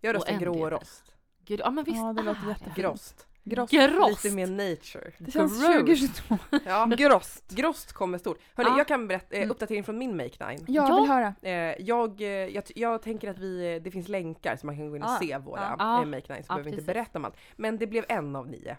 Speaker 3: Jag
Speaker 2: Och
Speaker 3: röstar
Speaker 2: en
Speaker 3: grå
Speaker 2: del.
Speaker 3: rost.
Speaker 2: Gud, ja men visst Ah,
Speaker 1: Ja, det låter
Speaker 2: är
Speaker 1: jättefint.
Speaker 3: Grost.
Speaker 1: Gross.
Speaker 2: Grost!
Speaker 3: Lite mer nature.
Speaker 1: Det känns
Speaker 2: Gross.
Speaker 1: 2022.
Speaker 3: Ja.
Speaker 1: Grost.
Speaker 3: Grost kommer stort. Hörni,
Speaker 2: Ah.
Speaker 3: jag kan berätta eh,
Speaker 2: Mm.
Speaker 3: uppdatering från min Make Nine.
Speaker 1: Ja,
Speaker 2: Ja.
Speaker 1: jag vill höra.
Speaker 3: Eh, jag, eh, jag, t- jag tänker att vi, eh, det finns länkar så man kan gå in och
Speaker 1: Ah,
Speaker 3: se våra
Speaker 2: ah.
Speaker 3: eh, Make Nine så
Speaker 2: Ah,
Speaker 3: behöver vi inte
Speaker 2: precis.
Speaker 3: berätta om allt. Men det blev en av nio.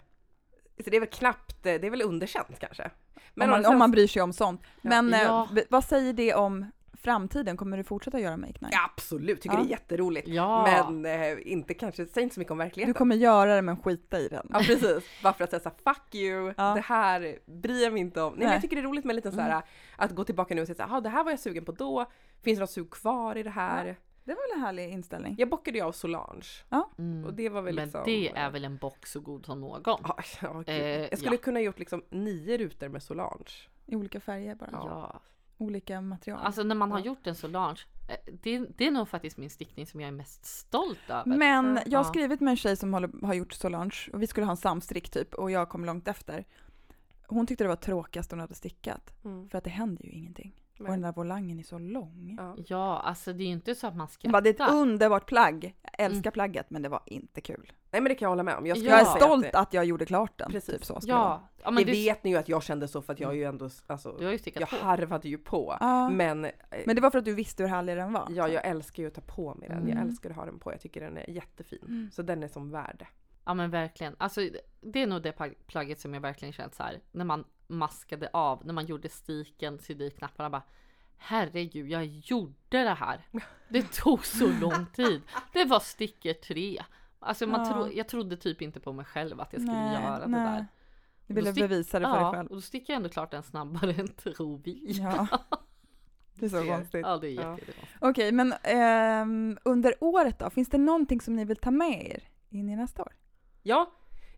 Speaker 3: Så det är väl knappt, eh, det är väl underkänt kanske.
Speaker 1: om, man,
Speaker 3: sen-
Speaker 1: om man bryr sig om sånt. Men eh,
Speaker 2: Ja.
Speaker 1: v- vad säger det om framtiden? Kommer du fortsätta göra Make Night?
Speaker 3: Ja, absolut, tycker
Speaker 1: Ja.
Speaker 3: det är jätteroligt.
Speaker 2: Ja.
Speaker 3: Men eh, inte kanske, säg inte så mycket om
Speaker 1: Du
Speaker 3: verkligheten.
Speaker 1: kommer göra det men skita i den.
Speaker 3: Ja precis, bara för att säga såhär fuck you,
Speaker 1: Ja.
Speaker 3: det här bryr jag mig inte om. Nej, men
Speaker 1: Nej.
Speaker 3: jag tycker det är roligt med lite såhär att gå tillbaka nu och säga såhär, "Ah, det här var jag sugen på då, finns det något sug kvar i det här?
Speaker 1: Det var väl en härlig inställning?
Speaker 3: Jag bockade ju av Solange
Speaker 2: Mm.
Speaker 3: och det var väl
Speaker 2: men
Speaker 3: liksom...
Speaker 2: det är väl en bock så god som någon.
Speaker 3: Ja, ja, gud.
Speaker 2: Eh,
Speaker 3: jag skulle
Speaker 2: ja.
Speaker 3: kunna gjort liksom nio rutor med Solange.
Speaker 1: I olika färger bara.
Speaker 2: Ja.
Speaker 1: Olika material.
Speaker 2: Alltså när man har
Speaker 1: Ja.
Speaker 2: gjort en Solange. eh, Det, det är nog faktiskt min stickning som jag är mest stolt över.
Speaker 1: men jag har
Speaker 2: Ja.
Speaker 1: skrivit med en tjej som håller, har gjort Solange och vi skulle ha en samstrick typ och jag kom långt efter. Hon tyckte det var tråkigast hon hade stickat
Speaker 3: Mm.
Speaker 1: för att det händer ju ingenting. Och
Speaker 3: Nej.
Speaker 1: den där volangen är så lång.
Speaker 3: Ja.
Speaker 2: Ja, alltså det är ju inte så att man
Speaker 1: Hon bara,
Speaker 2: skrattar.
Speaker 1: det är ett underbart plagg. Jag älskar plagget men det var inte kul.
Speaker 3: Nej men det kan jag hålla med om. Jag, skulle
Speaker 1: Jag
Speaker 3: säga
Speaker 1: är
Speaker 3: att
Speaker 1: stolt
Speaker 3: Det,
Speaker 1: att jag gjorde klart den.
Speaker 3: Precis.
Speaker 1: Typ så skulle jag vara.
Speaker 2: ja. ja, men
Speaker 3: det
Speaker 2: du, Mm.
Speaker 3: vet ni ju att jag kände så för att jag är ju ändå, alltså,
Speaker 2: du har ju stickat
Speaker 3: jag
Speaker 2: på.
Speaker 3: harvade ju på.
Speaker 1: Ja.
Speaker 3: Men, eh,
Speaker 1: Men det var för att du visste hur härlig den var.
Speaker 3: ja, jag älskar ju att ta på mig den. Jag
Speaker 1: Mm.
Speaker 3: älskar att ha den på. Jag tycker den är jättefin.
Speaker 1: Mm.
Speaker 3: Så den är som värd.
Speaker 2: Ja men verkligen. Alltså det är nog det pla- plagget som jag verkligen känt så här när man maskade av, när man gjorde stiken, sydde i knapparna bara Herregud, jag gjorde det här. Det tog så lång tid. Det var sticker tre. Alltså man
Speaker 1: Ja.
Speaker 2: tro, jag trodde typ inte på mig själv att jag skulle göra det där.
Speaker 1: Du ville
Speaker 2: Då stick-
Speaker 1: bevisa det för
Speaker 2: Ja,
Speaker 1: dig själv.
Speaker 2: och då sticker jag ändå klart den snabbare än tror vi.
Speaker 1: Ja. Det är så
Speaker 3: Ser.
Speaker 1: konstigt.
Speaker 2: Ja, det är
Speaker 3: Ja.
Speaker 2: jättekonstigt.
Speaker 1: Okej, men ehm, under året då? Finns det någonting som ni vill ta med er in i nästa år?
Speaker 3: Ja,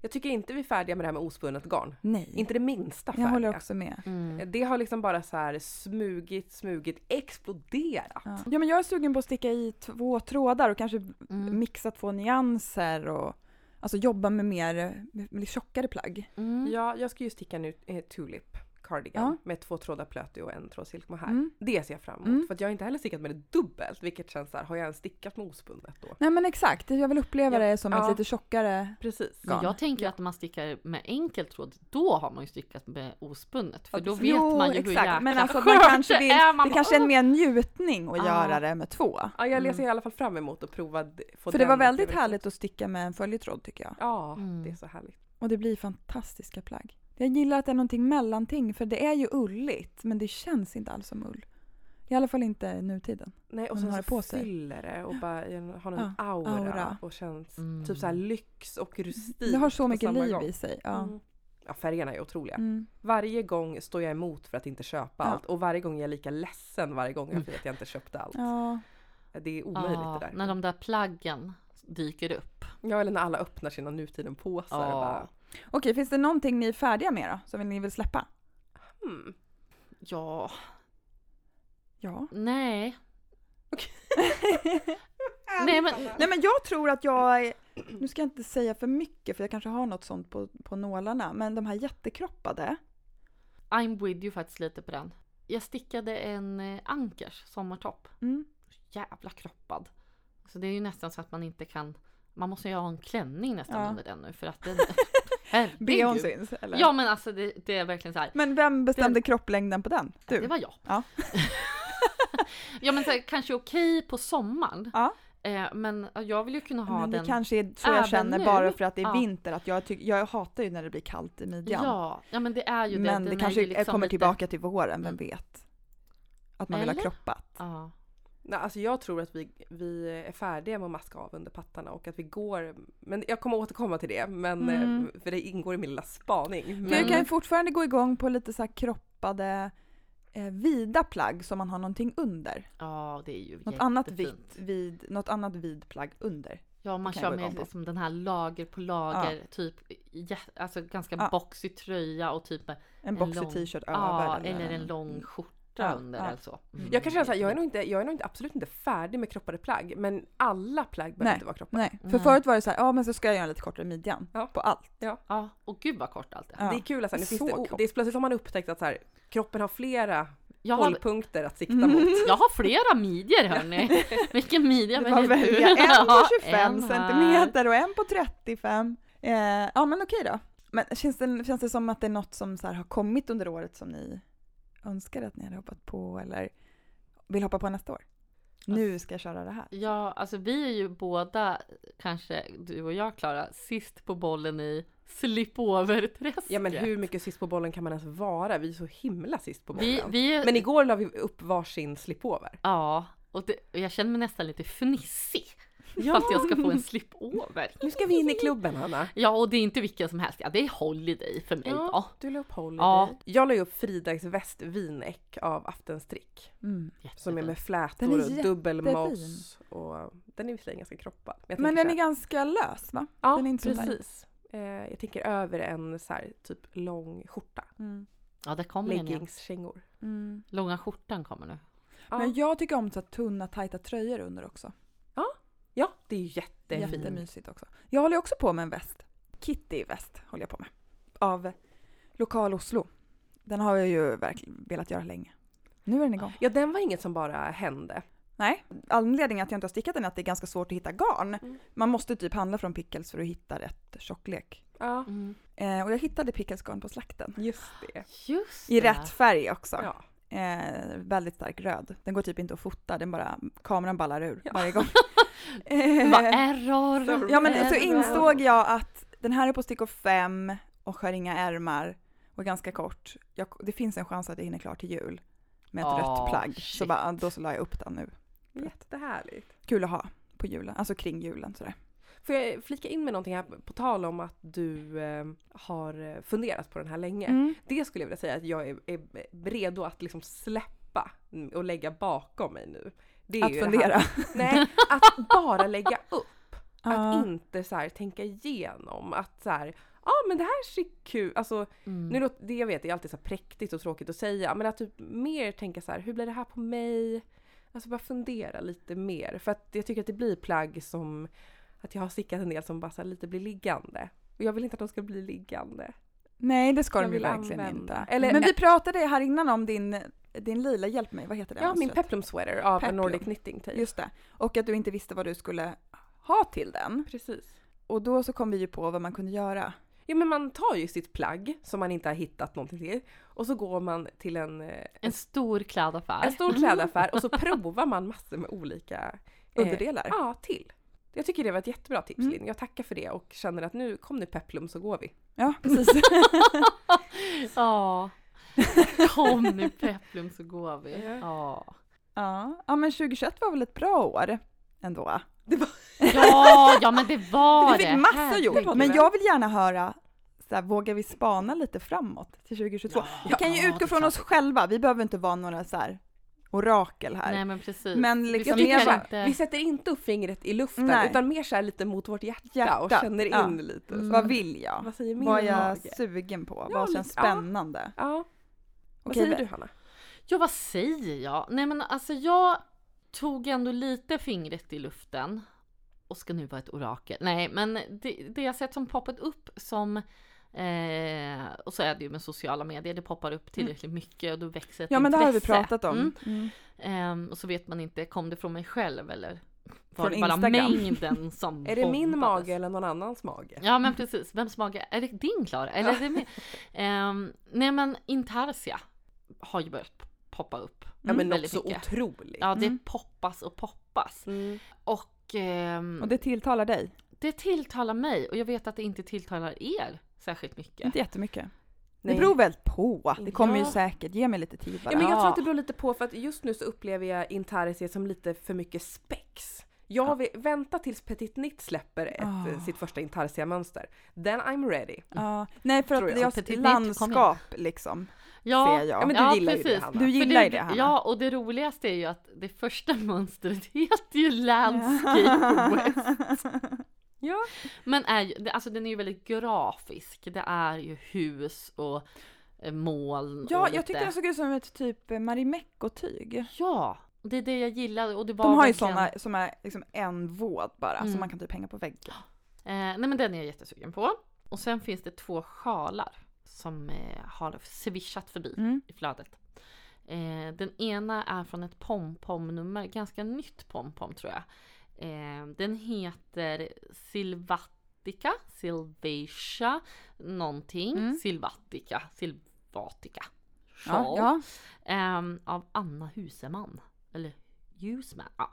Speaker 3: jag tycker inte vi är färdiga med det här med ospunnet garn.
Speaker 1: Nej,
Speaker 3: Inte det minsta färdiga.
Speaker 1: jag håller också med.
Speaker 2: Mm.
Speaker 3: Det har liksom bara så här smugit, smugit, exploderat.
Speaker 1: Ja. ja, men jag är sugen på att sticka i två trådar och kanske
Speaker 2: Mm.
Speaker 1: mixa två nyanser och Alltså jobba med mer, med tjockare plagg.
Speaker 2: Mm.
Speaker 3: Ja, jag ska ju sticka nu eh, Tulip cardigan
Speaker 1: Ja.
Speaker 3: med två trådar plöti och en tråd silkmohair.
Speaker 1: Mm.
Speaker 3: Det ser jag fram emot
Speaker 1: Mm.
Speaker 3: för att jag har inte heller stickat med det dubbelt vilket känns såhär, har jag ens stickat med ospunnet då?
Speaker 1: Nej men exakt, jag vill uppleva
Speaker 3: Ja.
Speaker 1: det som
Speaker 3: Ja.
Speaker 1: ett lite tjockare
Speaker 3: Precis.
Speaker 1: Ja.
Speaker 2: Men
Speaker 1: garn.
Speaker 2: jag tänker att när man stickar med enkel tråd, då har man ju stickat med ospunnet. För
Speaker 3: Ja,
Speaker 2: då
Speaker 3: precis.
Speaker 2: vet man ju hur jäkla
Speaker 1: exakt. Men alltså man
Speaker 2: skönt
Speaker 1: kanske
Speaker 2: det
Speaker 1: vill,
Speaker 2: är. Man
Speaker 1: det
Speaker 2: bara,
Speaker 1: kanske är en
Speaker 2: "Åh!"
Speaker 1: mer njutning att
Speaker 2: Ja.
Speaker 1: göra det med två.
Speaker 3: Ja, jag
Speaker 2: Mm.
Speaker 3: ser i alla fall fram emot att prova. d- Få
Speaker 1: För det var
Speaker 3: den
Speaker 1: väldigt
Speaker 3: upplevelsen.
Speaker 1: härligt att sticka med en följetråd tycker jag.
Speaker 3: Ja,
Speaker 2: Mm.
Speaker 3: det är så härligt.
Speaker 1: Och det blir fantastiska plagg. Jag gillar att det är någonting mellanting för det är ju ulligt men det känns inte alls som ull. I alla fall inte i nutiden.
Speaker 3: Nej, och
Speaker 1: Man
Speaker 3: sen
Speaker 1: har
Speaker 3: så
Speaker 1: det på sig.
Speaker 3: fyller det och bara en- har en aura,
Speaker 1: aura.
Speaker 3: och känns
Speaker 2: Mm.
Speaker 3: typ så här lyx och rustikt.
Speaker 1: Det har så
Speaker 3: på
Speaker 1: mycket
Speaker 3: samma
Speaker 1: liv
Speaker 3: gång.
Speaker 1: i sig. Ja.
Speaker 3: Mm. Ja, färgerna är otroliga.
Speaker 1: Mm.
Speaker 3: Varje gång står jag emot för att inte köpa
Speaker 1: Ja.
Speaker 3: allt och varje gång är jag lika ledsen varje gång jag- för att jag inte köpte allt.
Speaker 1: ja.
Speaker 3: Det är omöjligt
Speaker 2: Mm. Ja,
Speaker 3: det där.
Speaker 2: När de där plaggen dyker upp.
Speaker 3: Ja, eller när alla öppnar sina nutiden-påsar och
Speaker 2: Ja.
Speaker 3: bara
Speaker 1: Okej, finns det någonting ni är färdiga med då som ni vill släppa?
Speaker 3: hmm.
Speaker 2: Ja,
Speaker 1: Ja.
Speaker 2: nej. nej men,
Speaker 1: Nej men jag tror att jag, är- nu ska jag inte säga för mycket för jag kanske har något sånt på, på nålarna, men de här jättekroppade.
Speaker 2: I'm with you faktiskt lite på den. Jag stickade en eh, ankers sommartopp.
Speaker 1: Mm.
Speaker 2: Jävla kroppad. Så det är ju nästan så att man inte kan, man måste ju ha en klänning nästan
Speaker 1: Ja.
Speaker 2: under den nu för att den...
Speaker 1: Behån
Speaker 2: Herregud.
Speaker 1: syns eller?
Speaker 2: Ja men alltså det, det är verkligen så här.
Speaker 1: Men vem bestämde kropplängden på den? Du?
Speaker 2: Det var jag.
Speaker 1: Ja.
Speaker 2: ja men så här, kanske okej på sommaren.
Speaker 1: Ja.
Speaker 2: Eh, men jag vill ju kunna ha
Speaker 1: men det
Speaker 2: den.
Speaker 1: kanske är så jag
Speaker 2: även
Speaker 1: känner
Speaker 2: nu.
Speaker 1: bara för att det är
Speaker 2: Ja.
Speaker 1: vinter, att jag, tycker, jag hatar ju när det blir kallt i midjan.
Speaker 2: ja, ja men det är ju det.
Speaker 1: men det
Speaker 2: Den är
Speaker 1: kanske
Speaker 2: ju liksom
Speaker 1: kommer
Speaker 2: lite-
Speaker 1: tillbaka till våren, vem vet? Att man vill ha
Speaker 2: Eller?
Speaker 1: kroppat.
Speaker 2: Ja.
Speaker 3: Nej, alltså jag tror att vi, vi är färdiga med att maska av under pattarna och att vi går, men jag kommer återkomma till det, men,
Speaker 1: Mm.
Speaker 3: eh, för det ingår i min lilla spaning.
Speaker 1: Du
Speaker 3: Men,
Speaker 2: Men-
Speaker 1: kan ju fortfarande gå igång på lite så här kroppade eh, vida plagg som man har någonting under.
Speaker 2: ja, det är ju
Speaker 1: Något annat,
Speaker 2: jättefint.
Speaker 1: vitt, vid, något annat vid plagg under.
Speaker 2: Ja, man
Speaker 1: kan
Speaker 2: kör
Speaker 1: jag gå
Speaker 2: med
Speaker 1: igång på.
Speaker 2: liksom den här lager på lager, typ ja, alltså ganska
Speaker 1: Ja.
Speaker 2: boxig tröja och typ en,
Speaker 1: En boxy
Speaker 2: lång-
Speaker 1: t-shirt
Speaker 2: ja,
Speaker 1: över.
Speaker 2: eller en lång skjorta
Speaker 1: Ja,
Speaker 2: under
Speaker 1: ja.
Speaker 2: eller så. Mm.
Speaker 3: jag kan känna såhär, jag är nog, inte, jag är nog inte, absolut inte färdig med kroppade plagg, men alla plagg behöver
Speaker 1: Nej.
Speaker 3: inte vara kroppade.
Speaker 1: Nej, för
Speaker 2: Nej.
Speaker 1: förut var det så här, ja men så ska jag göra lite kortare midjan
Speaker 3: Ja.
Speaker 1: på allt.
Speaker 2: Ja, och gud vad kort allt är.
Speaker 1: Ja.
Speaker 3: Det är kul att så här, nu finns
Speaker 1: Så
Speaker 3: det, o-
Speaker 1: kropp.
Speaker 3: det är plötsligt har man upptäckt att så här, kroppen har flera
Speaker 2: Jag har,
Speaker 3: hållpunkter att sikta
Speaker 1: Mm.
Speaker 3: mot.
Speaker 2: jag har flera midjor hörni. Vilken midja
Speaker 1: Det var
Speaker 2: väljer du?
Speaker 1: välja en på
Speaker 2: Ja,
Speaker 1: 25
Speaker 2: en här.
Speaker 1: centimeter och en på 35. Eh, ja men okej då. Men känns det, känns det som att det är något som så här har kommit under året som ni önskar att ni hade hoppat på eller vill hoppa på nästa år? Nu
Speaker 2: Alltså-
Speaker 1: ska jag köra det här.
Speaker 2: Ja, alltså vi är ju båda, kanske du och jag Klara, sist på bollen i slipover-träsket.
Speaker 3: Ja men hur mycket sist på bollen kan man ens vara? Vi är så himla sist på bollen.
Speaker 2: vi, vi är,
Speaker 3: Men igår la vi upp varsin slipover.
Speaker 2: Ja, och det, och jag känner mig nästan lite fnissig. För att jag ska få en slipover.
Speaker 3: Nu ska vi in i klubben Hanna.
Speaker 2: Ja, och det är inte vilken som helst. Ja, det är Holiday för mig. Ja.
Speaker 3: du la upp Holiday.
Speaker 2: Ja.
Speaker 3: Jag la ju upp Fridags väst vinäck av Aftenstrick.
Speaker 1: Mm.
Speaker 3: Som är med
Speaker 1: Den
Speaker 3: flätor
Speaker 1: är
Speaker 3: och
Speaker 1: jättefin.
Speaker 3: dubbelmoss. Och den är visserligen ganska kroppad. Men, jag
Speaker 1: Men
Speaker 3: tänker
Speaker 1: den är
Speaker 3: så här-
Speaker 1: ganska lös va?
Speaker 3: ja,
Speaker 1: den är inte så tajt.
Speaker 3: precis. Eh, jag tänker över en så här typ lång skjorta.
Speaker 1: Mm.
Speaker 2: Ja, där kommer den igen.
Speaker 3: Leggingskängor.
Speaker 1: Mm.
Speaker 2: Långa skjortan kommer nu.
Speaker 3: Ja.
Speaker 1: Men jag tycker om så här tunna tajta tröjor under också.
Speaker 3: ja, det är ju jättefint.
Speaker 1: Jättemysigt också. Jag håller också på med en väst. Kitty-väst håller jag på med. Av Lokal Oslo. Den har jag ju verkligen velat göra länge. Nu är den igång.
Speaker 3: Ja, den var inget som bara hände.
Speaker 1: Nej, anledningen att jag inte har stickat den är att det är ganska svårt att hitta garn.
Speaker 3: Ah. Mm.
Speaker 1: Man måste typ handla från Pickles för att hitta rätt tjocklek.
Speaker 3: Ja,
Speaker 2: Mm.
Speaker 1: Eh, och jag hittade Pickles-garn på slakten.
Speaker 3: just det.
Speaker 2: Just
Speaker 1: I
Speaker 2: det.
Speaker 1: rätt färg också.
Speaker 3: Ja.
Speaker 1: Eh, väldigt stark röd. Den går typ inte att fota, den bara, kameran ballar ur
Speaker 3: Ja.
Speaker 1: varje gång.
Speaker 2: Vad
Speaker 1: Eh,
Speaker 2: error!
Speaker 1: Ja
Speaker 3: Eh,
Speaker 1: men så
Speaker 2: error.
Speaker 1: insåg jag att den här är på stickor 5 och har inga ärmar och ganska kort. Jag, det finns en chans att jag hinner klart till jul med ett
Speaker 2: Ah,
Speaker 1: rött plagg. Så
Speaker 2: shit.
Speaker 1: bara, då så la jag upp den nu.
Speaker 3: Jättehärligt.
Speaker 1: Kul att ha på julen, alltså kring julen sådär.
Speaker 3: Får jag flika in med någonting här på tal om att du eh, har funderat på den här länge.
Speaker 1: Mm.
Speaker 3: Det skulle jag vilja säga att jag är, är redo att liksom släppa och lägga bakom mig nu. Det är
Speaker 1: Att
Speaker 3: ju det här-
Speaker 1: fundera.
Speaker 3: Nej, att bara lägga upp.
Speaker 1: Ja.
Speaker 3: Att inte så här tänka igenom. Att så här, ja men det här ser kul Alltså,
Speaker 2: Mm.
Speaker 3: nu låter, det jag vet är alltid så här präktigt och tråkigt att säga. Men att typ mer tänka så här, hur blir det här på mig? Alltså bara fundera lite mer. För att jag tycker att det blir plagg som Att jag har stickat en del som bara så här lite blir liggande. Och jag vill inte att de ska bli liggande.
Speaker 1: Nej, det ska
Speaker 3: Jag
Speaker 1: de ju
Speaker 3: vill
Speaker 1: verkligen
Speaker 3: använda.
Speaker 1: inte.
Speaker 3: Eller-
Speaker 1: Men vi pratade här innan om din, din lila, hjälp mig, vad heter alltså? det?
Speaker 3: Ja, min
Speaker 1: mönstret?
Speaker 3: peplum sweater av
Speaker 1: Peplum.
Speaker 3: Nordic Knitting typ. Tape.
Speaker 1: Just det. Och att du inte visste vad du skulle ha till den.
Speaker 3: Precis.
Speaker 1: Och då så kom vi ju på vad man kunde göra.
Speaker 3: Ja men man tar ju sitt plagg som man inte har hittat någonting till och så går man till en, eh,
Speaker 2: En stor klädaffär.
Speaker 3: en
Speaker 1: Mm.
Speaker 3: stor klädaffär och så provar man massor med olika eh,
Speaker 1: Underdelar.
Speaker 3: Ja, till. Jag tycker det var ett jättebra tips
Speaker 1: Mm.
Speaker 3: Linn. Jag tackar för det och känner att nu kom nu Peplum så går vi.
Speaker 1: Ja, precis.
Speaker 2: Ja. Kom nu Peplum så går vi.
Speaker 3: Ja.
Speaker 2: Ja.
Speaker 1: ja. ja, men 2021 var väl ett bra år ändå?
Speaker 2: Ja, ja men det var det.
Speaker 1: Vi fick massa
Speaker 2: Herregud.
Speaker 1: gjort. Men jag vill gärna höra, så här, vågar vi spana lite framåt till 2022? vi kan ju
Speaker 2: Ja, det
Speaker 1: utgå
Speaker 2: är
Speaker 1: från
Speaker 2: klart.
Speaker 1: oss själva, vi behöver inte vara några så här orakel här.
Speaker 2: Nej men precis.
Speaker 1: Men liksom
Speaker 2: vi
Speaker 1: mer
Speaker 2: kan
Speaker 1: så här,
Speaker 2: inte...
Speaker 3: Vi sätter inte upp fingret i luften
Speaker 1: Nej.
Speaker 3: utan mer så här lite mot vårt hjärta, och
Speaker 1: Hjärtat,
Speaker 3: känner in
Speaker 1: ja.
Speaker 3: lite.
Speaker 2: Mm.
Speaker 3: Så,
Speaker 1: Vad vill jag?
Speaker 3: Vad säger min
Speaker 1: Vad är jag
Speaker 3: mage?
Speaker 1: sugen på?
Speaker 3: Ja,
Speaker 1: Vad känns
Speaker 3: lite- ja.
Speaker 1: spännande?
Speaker 3: Ja, vad
Speaker 1: Okej,
Speaker 3: säger
Speaker 1: vi-
Speaker 3: du Hanna?
Speaker 2: Ja vad säger jag? Nej men alltså jag tog ändå lite fingret i luften. Och ska nu vara ett orakel. Nej men det, det jag sett som poppat upp som eh, och så är det ju med sociala medier, det poppar upp tillräckligt mycket och då växer ett
Speaker 1: Ja men det har vi
Speaker 2: intresse.
Speaker 1: pratat om.
Speaker 2: Mm.
Speaker 1: Mm.
Speaker 2: Ehm, och så vet man inte, kom det från mig själv eller var
Speaker 1: Från
Speaker 2: det bara
Speaker 1: Instagram.
Speaker 2: mängden som
Speaker 3: Är det min
Speaker 2: bombades?
Speaker 3: mage eller någon annans mage?
Speaker 2: Ja men precis, vems mage? Är det din Klara? Eller är det min? Ehm, nej men Intarsia har ju börjat poppa upp.
Speaker 3: Ja men något
Speaker 2: väldigt
Speaker 3: så
Speaker 2: mycket.
Speaker 3: otroligt.
Speaker 2: Ja det
Speaker 1: Mm.
Speaker 2: poppas och poppas.
Speaker 3: Mm.
Speaker 2: Och, ehm,
Speaker 1: Och
Speaker 2: det...
Speaker 1: det tilltalar dig?
Speaker 2: tilltalar mig och jag vet att det inte tilltalar er särskilt mycket.
Speaker 1: Inte jättemycket.
Speaker 3: Nej.
Speaker 1: Det beror väl på. Det kommer ju
Speaker 3: Ja.
Speaker 1: säkert. Ge mig lite tid bara. "Ah."
Speaker 3: Ja, men jag
Speaker 2: Ja.
Speaker 3: tror att det beror lite på för att just nu så upplever jag Intarsia som lite för mycket spex. Jag vill vänta tills Petit Nitt släpper ett,
Speaker 1: Ah.
Speaker 3: eh, sitt första Intarsia-mönster. Then I'm ready.
Speaker 1: Ja. Nej, för
Speaker 3: Tror
Speaker 1: att
Speaker 3: jag.
Speaker 1: jag,
Speaker 2: Petit Nit, kom igen.
Speaker 1: landskap liksom. ser jag. Ja,
Speaker 3: men du gillar ju det, Hanna.
Speaker 1: Du
Speaker 2: För
Speaker 1: gillar ju det Hanna.
Speaker 2: Ja, och det roligaste är ju att det första mönstret heter ju Landscape West.
Speaker 3: Ja.
Speaker 2: Men är ju, det- alltså den är ju väldigt grafisk. Det är ju hus och eh, moln
Speaker 1: Ja,
Speaker 2: och
Speaker 1: jag tyckte det såg ut som ett typ Marimekko-tyg.
Speaker 2: Ja, det är det jag gillade och det var
Speaker 1: De har ju
Speaker 2: verkligen-
Speaker 1: sådana som är liksom en våd bara,
Speaker 2: Mm.
Speaker 1: som man kan typ hänga på väggen.
Speaker 2: Eh, nej men den är jag jättesugen på. Och sen finns det två sjalar som eh, har swishat förbi
Speaker 1: Mm.
Speaker 2: i flödet. Eh, den ena är från ett pompom-nummer, ganska nytt pompom tror jag. Eh, den heter Silvatica, Silvatia, någonting.
Speaker 1: Mm.
Speaker 2: Silvatica, Silvatica.
Speaker 1: Ja,
Speaker 2: Sjal.
Speaker 1: ja.
Speaker 2: Ehm, av Anna Huseman. Eller Huseman. Ja.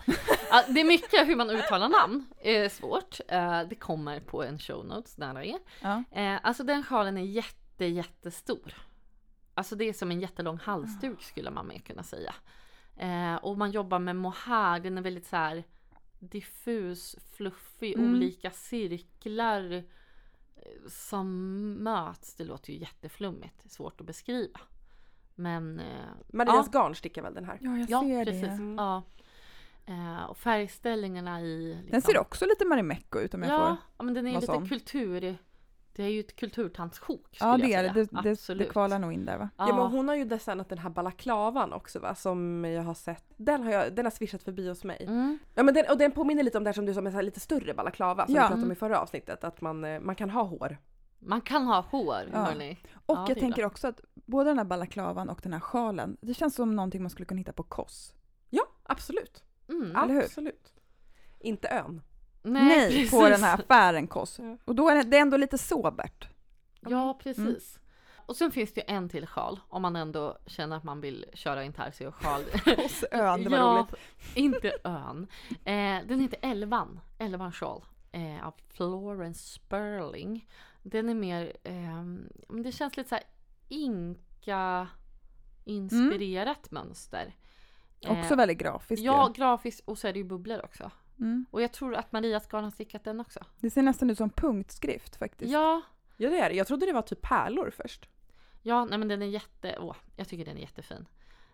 Speaker 2: Ja, det är mycket hur man uttalar namn. Eh, svårt. Eh, det kommer på en show notes nära er.
Speaker 1: ja.
Speaker 2: Eh, alltså den sjalen är jätte, jättestor. Alltså det är som en jättelång halsduk skulle man mer kunna säga. Eh, och man jobbar med mohair, den är väldigt så här diffus, fluffig,
Speaker 1: Mm.
Speaker 2: olika cirklar eh, som möts. Det låter ju jätteflummigt, svårt att beskriva. Men eh,
Speaker 3: Marias garn stickar väl den här?
Speaker 1: ja jag
Speaker 2: ja,
Speaker 1: ser
Speaker 2: precis.
Speaker 1: det.
Speaker 3: Mm.
Speaker 2: Ja. Eh, och färgställningarna i... Liksom,
Speaker 1: Den ser också lite Marimekko ut om jag
Speaker 2: ja,
Speaker 1: får.
Speaker 2: ja, men den är ju
Speaker 1: vara
Speaker 2: lite
Speaker 1: sån.
Speaker 2: kultur... Det är ju ett kulturtantsjok skulle
Speaker 1: Ja, det är det.
Speaker 2: jag säga.
Speaker 1: Det, det, det
Speaker 2: Absolut.
Speaker 1: kvalar nog in där va?
Speaker 3: Ja. men
Speaker 2: Ja,
Speaker 3: hon har ju designat den här balaklavan också va, som jag har sett. Den har, jag, den har swishat förbi hos mig.
Speaker 2: mm.
Speaker 3: Ja, men den, och den påminner lite om det här som du sa med så här lite större balaklava som
Speaker 1: Ja. Mm.
Speaker 3: vi pratade om i förra avsnittet. Att man, eh, man kan ha hår.
Speaker 2: Man kan ha hår,
Speaker 1: Ja.
Speaker 2: hörni.
Speaker 1: Och
Speaker 2: Ja, det är
Speaker 1: jag tänker också att både den här balaklavan och den här sjalen, det känns som någonting man skulle kunna hitta på Koss.
Speaker 3: Ja, absolut.
Speaker 2: Mm.
Speaker 1: Eller hur?
Speaker 3: Absolut. Inte ön.
Speaker 1: Nej, på
Speaker 2: precis.
Speaker 1: den här affären Koss.
Speaker 3: Ja.
Speaker 1: Och då är det, det är ändå lite sobert.
Speaker 2: Ja, precis. Och sen finns det ju en till sjal om man ändå känner att man vill köra intarsia och sjal.
Speaker 1: Koss ön, det var
Speaker 2: ja,
Speaker 1: roligt.
Speaker 2: inte ön. Eh, den heter Elvan, Elvan Shawl eh, av Florence Sperling. Den är mer, eh, men det känns lite så här inka inspirerat mönster. Eh,
Speaker 1: Mm. Också väldigt grafiskt
Speaker 2: Ja,
Speaker 1: ju.
Speaker 2: grafiskt och så är det ju bubblor också.
Speaker 1: mm.
Speaker 2: Och jag tror att Marias garn har stickat den också.
Speaker 1: Det ser nästan ut som punktskrift faktiskt.
Speaker 2: Ja,
Speaker 3: Ja det är det. Jag trodde det var typ pärlor först.
Speaker 2: ja, nej men den är jätte, åh, jag tycker den är jättefin.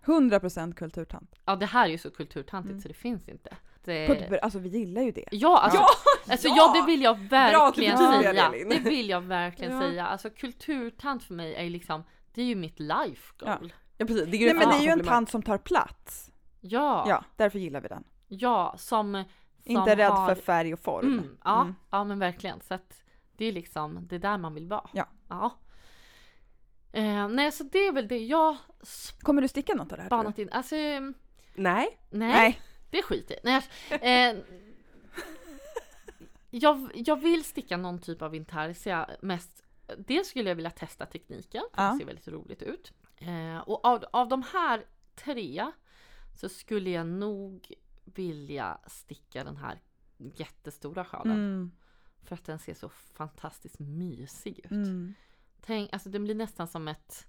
Speaker 1: 100% kulturtant.
Speaker 2: Ja, det här är ju så kulturtantigt
Speaker 1: Mm.
Speaker 2: så det finns inte. Det...
Speaker 1: Putt- Alltså vi gillar ju det.
Speaker 2: Ja, alltså, ja, alltså ja! det vill jag verkligen
Speaker 3: Bra att du
Speaker 2: säga.
Speaker 3: förtydligar det, Linn.
Speaker 2: Det vill jag verkligen
Speaker 3: Ja.
Speaker 2: säga. Alltså kulturtant för mig är ju liksom, det är ju mitt life goal.
Speaker 3: Ja precis. Det
Speaker 1: Nej
Speaker 3: är
Speaker 1: men
Speaker 2: Ja.
Speaker 1: det är ju en
Speaker 3: komplimang.
Speaker 1: tant som tar plats.
Speaker 2: Ja, ja,
Speaker 1: Ja, därför gillar vi den.
Speaker 2: som som
Speaker 1: Inte rädd
Speaker 2: har-
Speaker 1: för färg och form.
Speaker 2: Mm, ja,
Speaker 1: Mm.
Speaker 2: ja, men verkligen. Så att det är liksom det är där man vill vara.
Speaker 1: Ja.
Speaker 2: Eh, nej, så det är väl det jag
Speaker 1: Kommer du sticka något av det här? tror du?
Speaker 2: spanat in. Alltså, eh, nej,
Speaker 3: Nej,
Speaker 1: Nej.
Speaker 2: det skiter jag i. nej, eh, jag, jag vill sticka någon typ av intarsia mest. Dels skulle jag vilja testa tekniken, för
Speaker 1: Ja.
Speaker 2: det ser väldigt roligt ut. Eh, och av, av de här tre så skulle jag nog vilja sticka den här jättestora sjalen.
Speaker 1: Mm.
Speaker 2: För att den ser så fantastiskt mysig ut.
Speaker 1: Mm.
Speaker 2: Tänk, alltså den blir nästan som, ett,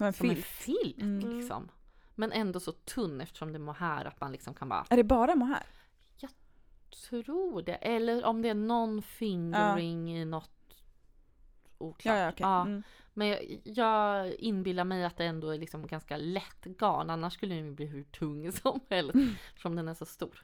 Speaker 1: Och en
Speaker 2: som en
Speaker 1: filt.
Speaker 2: filt
Speaker 1: Mm.
Speaker 2: liksom. Men ändå så tunn eftersom det är mohair att man liksom kan bara
Speaker 1: Är det bara mohair?
Speaker 2: tro det. Eller om det är någon fingering i något oklart.
Speaker 1: okej.
Speaker 2: Ja,
Speaker 1: Mm.
Speaker 2: Men jag, jag inbillar mig att det ändå är liksom ganska lätt garn. Annars skulle den ju bli hur tung som helst. Eftersom den är så stor.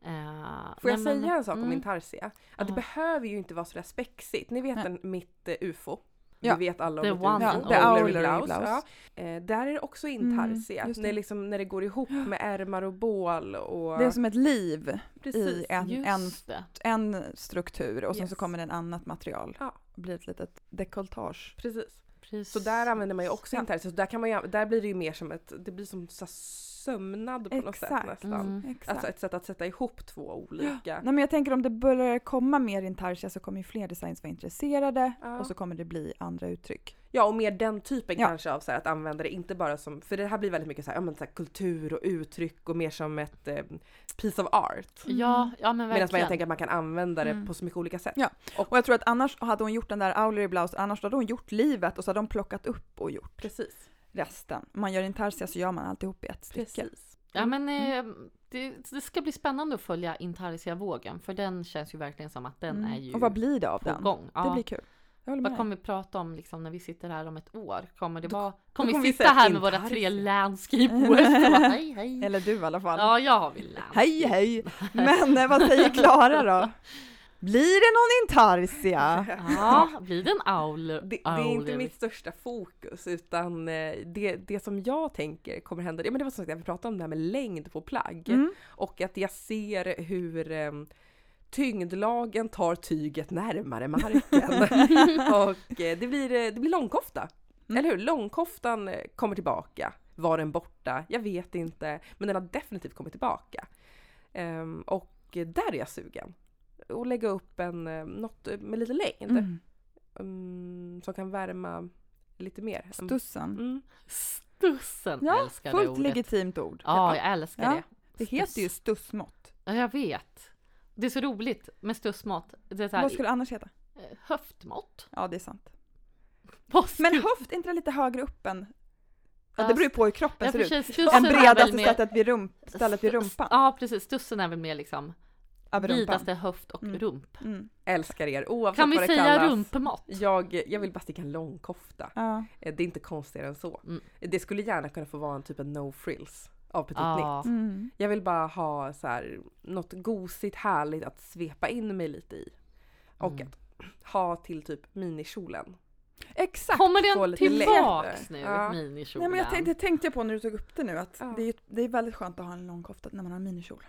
Speaker 2: Eh,
Speaker 3: Mm. får jag
Speaker 2: nej, men-
Speaker 3: säga en sak om
Speaker 2: mm.
Speaker 3: min tarsia? Att det
Speaker 2: Ja.
Speaker 3: behöver ju inte vara sådär spexigt. Ni vet
Speaker 1: Nej.
Speaker 3: den, mitt eh, ufo.
Speaker 1: Ja.
Speaker 3: Vi vet alla
Speaker 2: The
Speaker 3: om mitt
Speaker 2: one
Speaker 3: ufo.
Speaker 2: and
Speaker 3: The
Speaker 2: only.
Speaker 3: Owlery
Speaker 1: Owlery
Speaker 3: blouse.
Speaker 1: blouse.
Speaker 3: Ja. Eh, där är det också
Speaker 1: Mm,
Speaker 3: intarsia.
Speaker 1: just
Speaker 3: när,
Speaker 1: det.
Speaker 3: liksom, när det går ihop med ärmar och bål. Och...
Speaker 1: Det är som ett liv i
Speaker 3: Precis.
Speaker 1: en, en,
Speaker 2: Just det.
Speaker 1: en struktur och sen så
Speaker 3: Yes.
Speaker 1: kommer det en annat material.
Speaker 3: Ja.
Speaker 1: Och blir ett litet dekolletage.
Speaker 3: Precis.
Speaker 2: Precis.
Speaker 3: Så där använder man ju också
Speaker 1: Ja.
Speaker 3: intarsia. Så där, kan man ju, där blir det ju mer som ett, det blir som så här sömnad på något sätt
Speaker 1: Exakt.
Speaker 3: nästan.
Speaker 2: Mm.
Speaker 1: Exakt.
Speaker 3: Alltså ett sätt att sätta ihop två olika.
Speaker 1: Nej men jag tänker om det börjar komma mer intarsia så kommer ju fler designs vara intresserade
Speaker 3: Ja.
Speaker 1: och så kommer det bli andra uttryck.
Speaker 3: Ja och mer den typen
Speaker 1: Ja.
Speaker 3: kanske av så här, att använda det inte bara som, för det här blir väldigt mycket så här, ja, men så här, kultur och uttryck och mer som ett eh, piece of art.
Speaker 2: Ja, ja men
Speaker 3: Mm. Medan man,
Speaker 2: verkligen.
Speaker 3: jag tänker att man kan använda det
Speaker 1: Mm.
Speaker 3: på så mycket olika sätt.
Speaker 1: Ja. Och jag tror att annars hade hon gjort den där Aulery Blouse, annars hade hon gjort livet och så hade de plockat upp och gjort
Speaker 3: Precis.
Speaker 1: resten. Om man gör intarsia så gör man alltihop i ett stycke.
Speaker 3: Precis.
Speaker 2: Ja
Speaker 1: Mm.
Speaker 2: men eh, det, det ska bli spännande att följa Intarsia-vågen för den känns ju verkligen som att den
Speaker 1: Mm.
Speaker 2: är ju
Speaker 1: Och vad blir det av
Speaker 2: på
Speaker 1: den?
Speaker 2: gång. Ja.
Speaker 1: Det blir kul. Jag håller
Speaker 2: vad
Speaker 1: med.
Speaker 2: kommer vi prata om liksom, när vi sitter här om ett år? Kommer, det
Speaker 3: Då-
Speaker 2: vara, kommer,
Speaker 3: kommer
Speaker 2: vi
Speaker 3: vi
Speaker 2: sitta
Speaker 3: säga
Speaker 2: här med våra tre
Speaker 3: Intarsia.
Speaker 2: landscape och bara, hej hej?
Speaker 1: Eller du i alla fall.
Speaker 2: Ja, jag har väl landscape.
Speaker 1: Hej hej! Men eh, vad säger Klara då? Blir det någon intarsia?
Speaker 2: Ja, blir det en auler?
Speaker 3: Det, det är inte mitt största fokus utan eh, det, det som jag tänker kommer hända, ja men det var som sagt, jag pratade om det här med längd på plagg.
Speaker 1: Mm.
Speaker 3: Och att jag ser hur ehm, tyngdlagen tar tyget närmare marken. och eh, det, blir, eh, det blir långkofta.
Speaker 1: Mm.
Speaker 3: Eller hur? Långkoftan eh, kommer tillbaka. Var den borta? Jag vet inte. Men den har definitivt kommit tillbaka. Ehm, och eh, där är jag sugen. Och lägga upp en, eh, något eh, med lite längd.
Speaker 1: Mm.
Speaker 3: Mm, som kan värma lite mer.
Speaker 1: Stussen.
Speaker 3: Mm.
Speaker 2: Stussen
Speaker 1: Ja,
Speaker 2: älskar det
Speaker 1: Fullt
Speaker 2: ordet.
Speaker 1: legitimt ord.
Speaker 2: Ja, jag älskar
Speaker 1: Ja.
Speaker 2: det.
Speaker 1: Det heter ju
Speaker 2: Stuss.
Speaker 1: stussmått.
Speaker 2: Ja, jag vet. Det är så roligt med stussmått. Det är så här,
Speaker 1: Vad skulle det annars heta?
Speaker 2: eh, höftmått.
Speaker 1: Ja, det är sant.
Speaker 2: Vad
Speaker 1: Men
Speaker 2: skulle-
Speaker 1: höft, är inte det lite högre upp än... Ja,
Speaker 2: Ja,
Speaker 1: det beror ju på hur kroppen
Speaker 2: Ja,
Speaker 1: ser ut.
Speaker 2: precis.
Speaker 1: En
Speaker 2: Stussen är väl
Speaker 1: bredaste
Speaker 2: mer-
Speaker 1: stället vid, rump, stället vid rumpan.
Speaker 2: Ja precis, stussen är väl mer liksom
Speaker 1: Över rumpan.
Speaker 2: vidaste höft och
Speaker 1: Mm.
Speaker 2: rump.
Speaker 1: Mm.
Speaker 3: Älskar er oavsett
Speaker 2: Kan vi
Speaker 3: vad det
Speaker 2: säga
Speaker 3: kallas.
Speaker 2: rumpmått?
Speaker 3: Jag, jag vill bara sticka en långkofta.
Speaker 1: Ja.
Speaker 3: Eh, Det är inte konstigare än så.
Speaker 2: Mm.
Speaker 3: Det skulle gärna kunna få vara en typ av no frills av Petit Nit.
Speaker 2: Ja.
Speaker 1: Mm.
Speaker 3: Jag vill bara ha så här, något gosigt härligt att svepa in mig lite i. Och
Speaker 2: Mm.
Speaker 3: att ha till typ minikjolen.
Speaker 1: Exakt!
Speaker 2: Kommer
Speaker 3: Få
Speaker 2: den
Speaker 3: lite
Speaker 2: tillbaks
Speaker 3: lätt.
Speaker 2: nu,
Speaker 3: Ja.
Speaker 1: Nej,
Speaker 2: minikjolen?
Speaker 1: men jag tänkte, det tänkte jag på när du tog upp det nu, att
Speaker 3: Ja.
Speaker 1: det, är, ju- det är väldigt skönt att ha en lång kofta när man har en minikjol.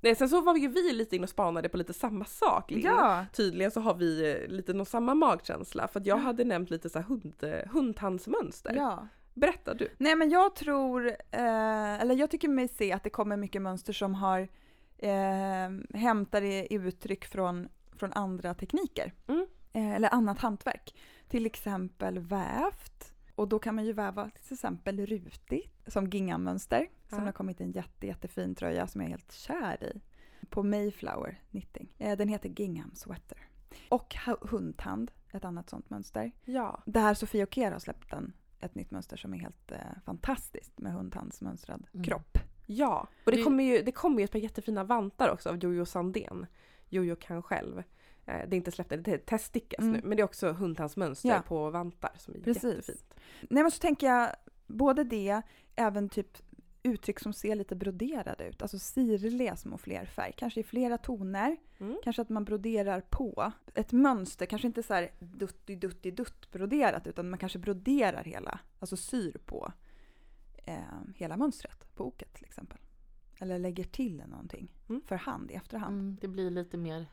Speaker 3: Nej, sen så var ju vi lite inne och spanade på lite samma sak. Linn.
Speaker 1: Ja!
Speaker 3: Tydligen så har vi eh, lite någon samma magkänsla för att jag
Speaker 1: Ja.
Speaker 3: hade nämnt lite så här hund, eh, hundtandsmönster.
Speaker 1: ja.
Speaker 3: Berätta du.
Speaker 1: Nej men jag tror, eh, eller jag tycker mig se att det kommer mycket mönster som har eh, hämtar i uttryck från, från andra tekniker.
Speaker 3: Mm.
Speaker 1: Eh, eller annat hantverk. Till exempel vävt. Och då kan man ju väva till exempel rutigt, som gingamönster. Som
Speaker 3: Ja.
Speaker 1: har kommit en jätte, jättefin tröja som jag är helt kär i. På Mayflower Knitting. Eh, den heter Gingham Sweater. Och ha- hundtand, ett annat sånt mönster.
Speaker 3: Ja.
Speaker 1: Där Sofia Oker har släppt en, ett nytt mönster som är helt eh, fantastiskt med hundtandsmönstrad
Speaker 2: Mm.
Speaker 1: kropp.
Speaker 3: Ja, och det
Speaker 2: Det-
Speaker 3: kommer ju, det kommer ju ett par jättefina vantar också av Jojo Sandén. Jojo kan själv. Eh, Det är inte släppt än, det teststickas
Speaker 1: Mm.
Speaker 3: nu. Men det är också hundtandsmönster
Speaker 1: Ja.
Speaker 3: på vantar som är
Speaker 1: Precis.
Speaker 3: jättefint.
Speaker 1: Nej men så tänker jag både det, även typ uttryck som ser lite broderade ut. Alltså sirliga små flerfärg, kanske i flera toner.
Speaker 3: Mm.
Speaker 1: Kanske att man broderar på ett mönster, kanske inte så här dutti dutti dutt broderat utan man kanske broderar hela, alltså syr på eh, hela mönstret på oket till exempel. Eller lägger till någonting
Speaker 3: Mm.
Speaker 1: för hand i efterhand.
Speaker 2: Mm, det blir lite mer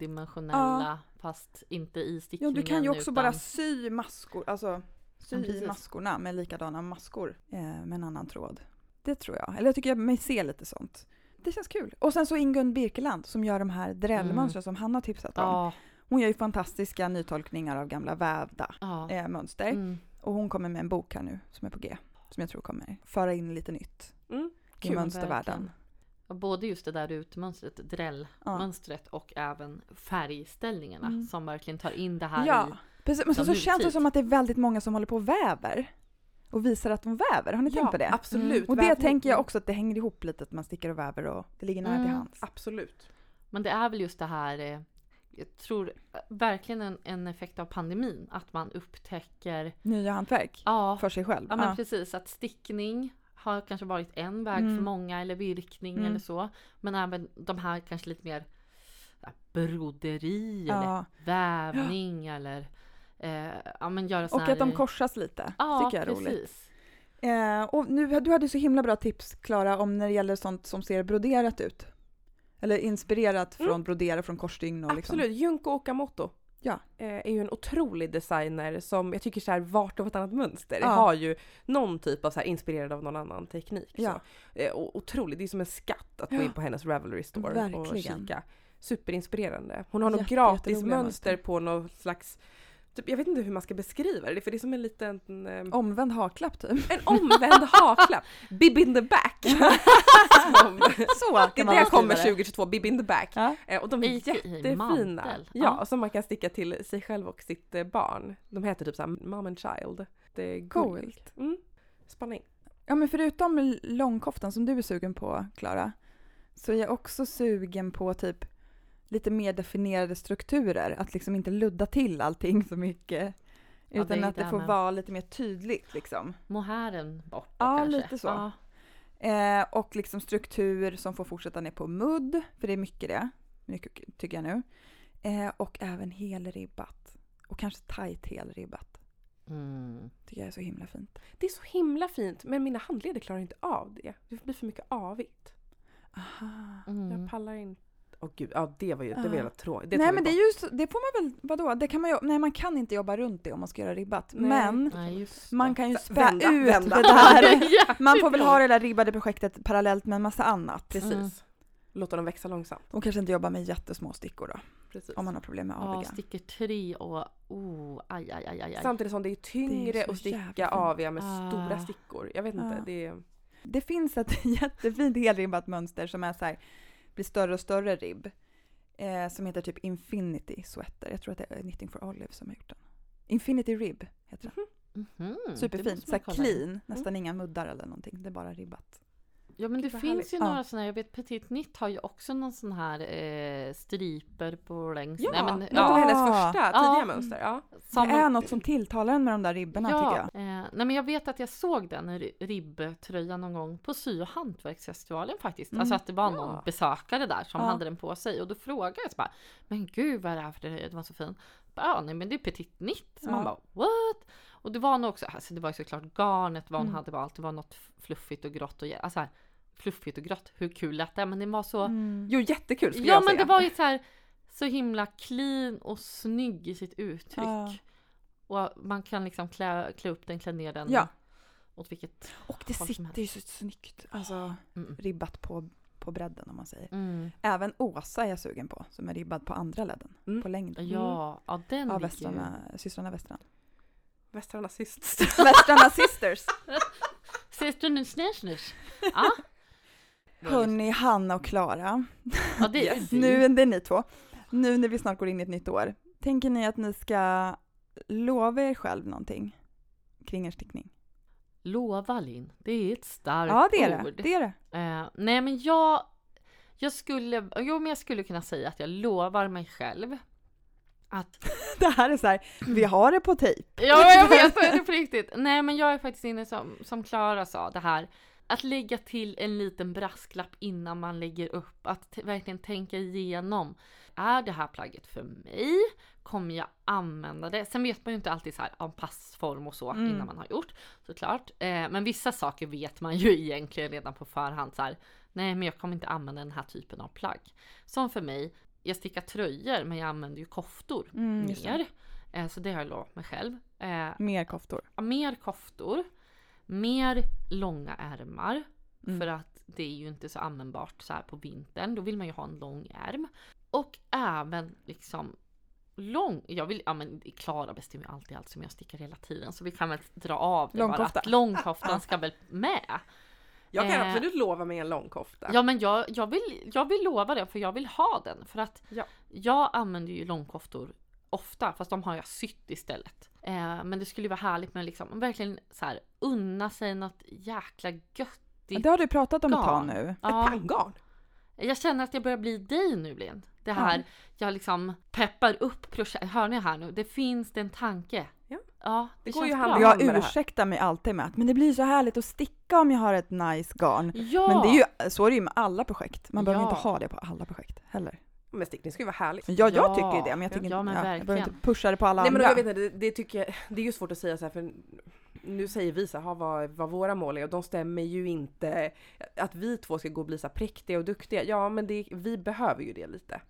Speaker 2: tredimensionella fast inte i
Speaker 1: Ja,
Speaker 2: stickningen.
Speaker 1: du kan ju också
Speaker 2: utan,
Speaker 1: bara sy maskor, alltså sy
Speaker 2: Ja,
Speaker 1: i
Speaker 2: precis.
Speaker 1: maskorna med likadana maskor eh, med en annan tråd. Det tror jag. Eller jag tycker jag mig se lite sånt. Det känns kul. Och sen så Ingun Birkeland som gör de här drällmönstren som han har tipsat om.
Speaker 2: Mm. Ja,
Speaker 1: Hon gör ju fantastiska nytolkningar av gamla vävda
Speaker 2: ja.
Speaker 1: eh, mönster.
Speaker 2: Mm.
Speaker 1: Och hon kommer med en bok här nu som är på G. Som jag tror kommer föra in lite nytt
Speaker 3: Mm.
Speaker 1: i
Speaker 2: Kul,
Speaker 1: mönstervärlden.
Speaker 2: verkligen. Ja, Både just det där utmönstret,
Speaker 1: Ja.
Speaker 2: drällmönstret och även färgställningarna
Speaker 1: Mm.
Speaker 2: som verkligen tar in det här i typ.
Speaker 1: ja, precis. Men så,
Speaker 2: som
Speaker 1: så känns det
Speaker 2: nutid.
Speaker 1: som att det är väldigt många som håller på och väver. Och visar att de väver. Har ni tänkt på det? Mm.
Speaker 3: absolut.
Speaker 1: Och det
Speaker 3: Vävning.
Speaker 1: tänker jag också att det hänger ihop lite att man stickar och väver och det ligger nära till
Speaker 2: Mm.
Speaker 1: hands.
Speaker 3: Absolut.
Speaker 2: Men det är väl just det här, eh, jag tror eh, verkligen en, en effekt av pandemin, att man upptäcker,
Speaker 1: Nya hantverk
Speaker 2: ja,
Speaker 1: för sig själv.
Speaker 2: ja men
Speaker 1: Ja.
Speaker 2: precis, att stickning har kanske varit en väg
Speaker 1: Mm.
Speaker 2: för många eller virkning
Speaker 1: Mm.
Speaker 2: eller så. Men även de här kanske lite mer ja, broderi eller
Speaker 1: Ja.
Speaker 2: vävning eller eh, ja men göra såna
Speaker 1: Och att de
Speaker 2: här-
Speaker 1: korsas lite,
Speaker 2: ja,
Speaker 1: tycker jag är
Speaker 2: precis.
Speaker 1: roligt. Eh, och nu, du hade så himla bra tips Klara om när det gäller sånt som ser broderat ut. Eller inspirerat
Speaker 3: Mm.
Speaker 1: från brodera från korsstygn och liksom.
Speaker 3: Absolut. Junko Okamoto
Speaker 1: Ja.
Speaker 3: eh, är ju en otrolig designer som jag tycker så här vart och vartannat mönster
Speaker 1: Ja.
Speaker 3: har ju någon typ av så här inspirerad av någon annan teknik.
Speaker 1: Ja.
Speaker 3: Så. Eh, och otroligt, det är som en skatt att gå
Speaker 1: Ja.
Speaker 3: in på hennes Ravelry store och
Speaker 1: Verkligen.
Speaker 3: kika. Superinspirerande. Hon har något
Speaker 1: Jätte-
Speaker 3: gratis
Speaker 1: jätteroliga
Speaker 3: mönster
Speaker 1: mönster.
Speaker 3: på något slags Typ, jag vet inte hur man ska beskriva det, för det är som en liten... Eh,
Speaker 1: Omvänd haklapp typ.
Speaker 3: En omvänd haklapp! Bib in the back! Som-
Speaker 1: Så kan
Speaker 3: det är
Speaker 1: man
Speaker 3: där
Speaker 1: beskriva
Speaker 3: kommer
Speaker 1: det.
Speaker 3: 2022, Bib in the back.
Speaker 1: Ja.
Speaker 3: Eh, Och de
Speaker 2: I- i
Speaker 3: är jättefina.
Speaker 2: mantel.
Speaker 3: Ja, som man kan sticka till sig själv och sitt eh, barn. De heter typ såhär Mom and Child. Det är gulligt.
Speaker 1: Coolt.
Speaker 3: Mm. Spana in.
Speaker 1: Ja men förutom l- långkoftan som du är sugen på Klara, så är jag också sugen på typ lite mer definierade strukturer. Att liksom inte ludda till allting så mycket.
Speaker 2: Ja,
Speaker 1: Utan
Speaker 2: det är
Speaker 1: att det
Speaker 2: där
Speaker 1: får
Speaker 2: med.
Speaker 1: vara lite mer tydligt liksom.
Speaker 2: Mohären bort
Speaker 1: Ja,
Speaker 2: kanske.
Speaker 1: lite så.
Speaker 2: Ja.
Speaker 1: Eh, och liksom struktur som får fortsätta ner på mudd, för det är mycket det, mycket, tycker jag nu. Eh, och även helribbat. Och kanske tajt helribbat.
Speaker 2: Mm.
Speaker 1: Tycker jag är så himla fint.
Speaker 3: Det är så himla fint men mina handleder klarar inte av det. Det blir för mycket avigt.
Speaker 1: Aha.
Speaker 2: Mm.
Speaker 3: Jag pallar inte. Åh gud, ja det var ju det
Speaker 1: Ja.
Speaker 3: var jävla tråkigt.
Speaker 1: nej men det är ju, så- det får man väl, vadå, det kan man ju, nej man kan inte jobba runt det om man ska göra ribbat.
Speaker 3: Nej.
Speaker 1: Men
Speaker 2: Nej, just
Speaker 1: man
Speaker 2: det.
Speaker 1: kan ju
Speaker 3: Så-
Speaker 1: spä
Speaker 3: vända,
Speaker 1: ut
Speaker 3: vända.
Speaker 1: det där.
Speaker 2: Ja,
Speaker 1: Man får väl ha det där ribbade projektet parallellt med en massa annat.
Speaker 3: Precis.
Speaker 2: Mm.
Speaker 3: Låta dem växa långsamt.
Speaker 1: Och kanske inte jobba med jättesmå stickor då,
Speaker 3: Precis.
Speaker 1: om man har problem med
Speaker 2: Ja,
Speaker 1: aviga.
Speaker 2: sticker tre och oh, aj, aj, aj, aj. aj.
Speaker 3: Samtidigt som det är tyngre
Speaker 1: Det är så
Speaker 3: att sticka
Speaker 1: jävla fint.
Speaker 3: aviga med
Speaker 2: Ah.
Speaker 3: stora stickor. Jag vet inte,
Speaker 1: Ja.
Speaker 3: det är...
Speaker 1: Det finns ett jättefint helribbat mönster som är så här, blir större och större ribb. Eh, som heter typ Infinity Sweater. Jag tror att det är Knitting for Olive som har gjort den. Infinity Rib heter den.
Speaker 2: Mhm, det
Speaker 1: Superfint,
Speaker 2: måste
Speaker 1: så här
Speaker 2: man kolla Mm. in.
Speaker 1: clean. Nästan inga muddar eller någonting. Det är bara ribbat.
Speaker 2: Ja men det
Speaker 3: Gud, vad
Speaker 2: finns
Speaker 3: härligt.
Speaker 2: ju
Speaker 1: Ja.
Speaker 2: några sådana, jag vet Petit Nitt har ju också någon sån här eh, striper på längs.
Speaker 3: Ja,
Speaker 2: Nej, men,
Speaker 3: något
Speaker 2: ja,
Speaker 3: av hennes första tidiga
Speaker 2: Ja.
Speaker 3: mönster. Ja.
Speaker 2: som-
Speaker 1: det är något som tilltalar en med de där ribborna tycker jag.
Speaker 2: Eh, nej men jag vet att jag såg den ri- ribbtröjan någon gång på sy och hantverksfestivalen faktiskt.
Speaker 1: Mm.
Speaker 2: Alltså att det var någon
Speaker 3: Ja.
Speaker 2: besökare där som
Speaker 1: Ja.
Speaker 2: hade den på sig och då frågade jag så bara Men gud vad är det här för tröja? Den var så fin. Bara, Ja nej men det är petit nitt. Så
Speaker 1: Ja.
Speaker 2: man bara what? Och det var nog också, alltså det var ju såklart garnet vad hon
Speaker 1: Mm.
Speaker 2: hade valt. Det var något fluffigt och grått och alltså här, fluffigt och grått. Hur kul lät det? Men det var så
Speaker 1: Mm.
Speaker 3: Jo jättekul skulle
Speaker 2: Ja
Speaker 3: jag
Speaker 2: men
Speaker 3: säga.
Speaker 2: det var ju så här så himla clean och snygg i sitt uttryck.
Speaker 1: Ja.
Speaker 2: Och man kan liksom klä, klä upp den, klä ner den.
Speaker 1: Ja.
Speaker 2: Åt vilket...
Speaker 1: Och det
Speaker 2: Vad som
Speaker 1: sitter ju så snyggt. Alltså
Speaker 2: Mm.
Speaker 1: ribbat på, på bredden om man säger.
Speaker 2: Mm.
Speaker 1: Även Åsa är jag sugen på som är ribbad på andra ledden.
Speaker 3: Mm.
Speaker 1: På längden.
Speaker 2: Ja, ja den
Speaker 1: Av
Speaker 2: ligger ju...
Speaker 1: västrarna, systrarna Västrarna.
Speaker 3: Västra nazist.
Speaker 1: Västrarna Sisters!
Speaker 2: Ses du nu snäsch snäsch?
Speaker 1: Hörni, Hanna och Klara,
Speaker 2: Ja det är
Speaker 3: Yes.
Speaker 2: ju
Speaker 1: nu det är ni två. Nu när vi snart går in i ett nytt år, tänker ni att ni ska lova er själv någonting kring er stickning?
Speaker 2: Lova Linn, det är ett starkt
Speaker 1: Ja, det är det.
Speaker 2: ord.
Speaker 1: det, är det.
Speaker 2: Eh, nej men jag, jag skulle, jo men jag skulle kunna säga att jag lovar mig själv att
Speaker 1: det här är så här, vi har det på tejp.
Speaker 2: Ja, jag vet, det är det på riktigt. Nej, men jag är faktiskt inne som, som Klara sa, det här att lägga till en liten brasklapp innan man lägger upp, att t- verkligen tänka igenom. Är det här plagget för mig? Kommer jag använda det? Sen vet man ju inte alltid så här om passform och så
Speaker 1: Mm.
Speaker 2: innan man har gjort såklart. Eh, men vissa saker vet man ju egentligen redan på förhand så här. Nej, men jag kommer inte använda den här typen av plagg. Som för mig, jag stickar tröjor men jag använder ju koftor
Speaker 1: Mm, just det.
Speaker 2: mer. Eh, Så det har jag lovat mig själv. Eh,
Speaker 1: Mer koftor.
Speaker 2: mer koftor, mer långa ärmar.
Speaker 1: Mm.
Speaker 2: För att det är ju inte så användbart så här på vintern. Då vill man ju ha en lång ärm. Och även liksom lång. Jag vill, ja men Klara bestämmer ju alltid allt som jag stickar hela tiden. Så vi kan väl dra av det bara
Speaker 1: Långkofta. Ah,
Speaker 2: att långkoftan ska väl med.
Speaker 3: Jag kan
Speaker 2: Eh.
Speaker 3: absolut lova mig en långkofta.
Speaker 2: Ja men jag, jag, vill, jag vill lova det för jag vill ha den. För att
Speaker 3: Ja.
Speaker 2: jag använder ju långkoftor ofta fast de har jag sytt istället. Eh, men det skulle ju vara härligt med liksom verkligen så här unna sig något jäkla göttigt.
Speaker 1: Det har du pratat om ett tag
Speaker 2: garn.
Speaker 1: nu.
Speaker 3: Ett
Speaker 2: Ja,
Speaker 3: panngarn!
Speaker 2: jag känner att jag börjar bli dig nu Linn. Det här,
Speaker 1: Ja.
Speaker 2: jag liksom peppar upp projekt. Hör ni här nu? Det finns det en tanke.
Speaker 3: Ja.
Speaker 2: det,
Speaker 3: Det går
Speaker 2: känns
Speaker 3: ju hand
Speaker 2: bra.
Speaker 3: i hand.
Speaker 1: Jag
Speaker 3: med det här.
Speaker 1: ursäktar mig alltid med att men det blir så härligt att sticka om jag har ett nice garn.
Speaker 2: Ja!
Speaker 1: Men det är ju, så är det ju med alla projekt. Man behöver
Speaker 2: Ja.
Speaker 1: inte ha det på alla projekt heller.
Speaker 3: Men stickning ska ju vara härligt.
Speaker 1: Men jag, jag
Speaker 2: Ja.
Speaker 1: tycker ju det, men jag, tycker
Speaker 2: Ja,
Speaker 1: inte,
Speaker 2: men
Speaker 1: ja, jag behöver
Speaker 2: verkligen.
Speaker 1: inte pusha det på alla
Speaker 3: Nej men
Speaker 1: andra.
Speaker 3: jag vet inte, det, det tycker jag, det är ju svårt att säga så här för nu säger vi så här, "Ha, vad, vad våra mål är och de stämmer ju inte. Att vi två ska gå och bli så här präktiga och duktiga, ja men det, vi behöver ju det lite.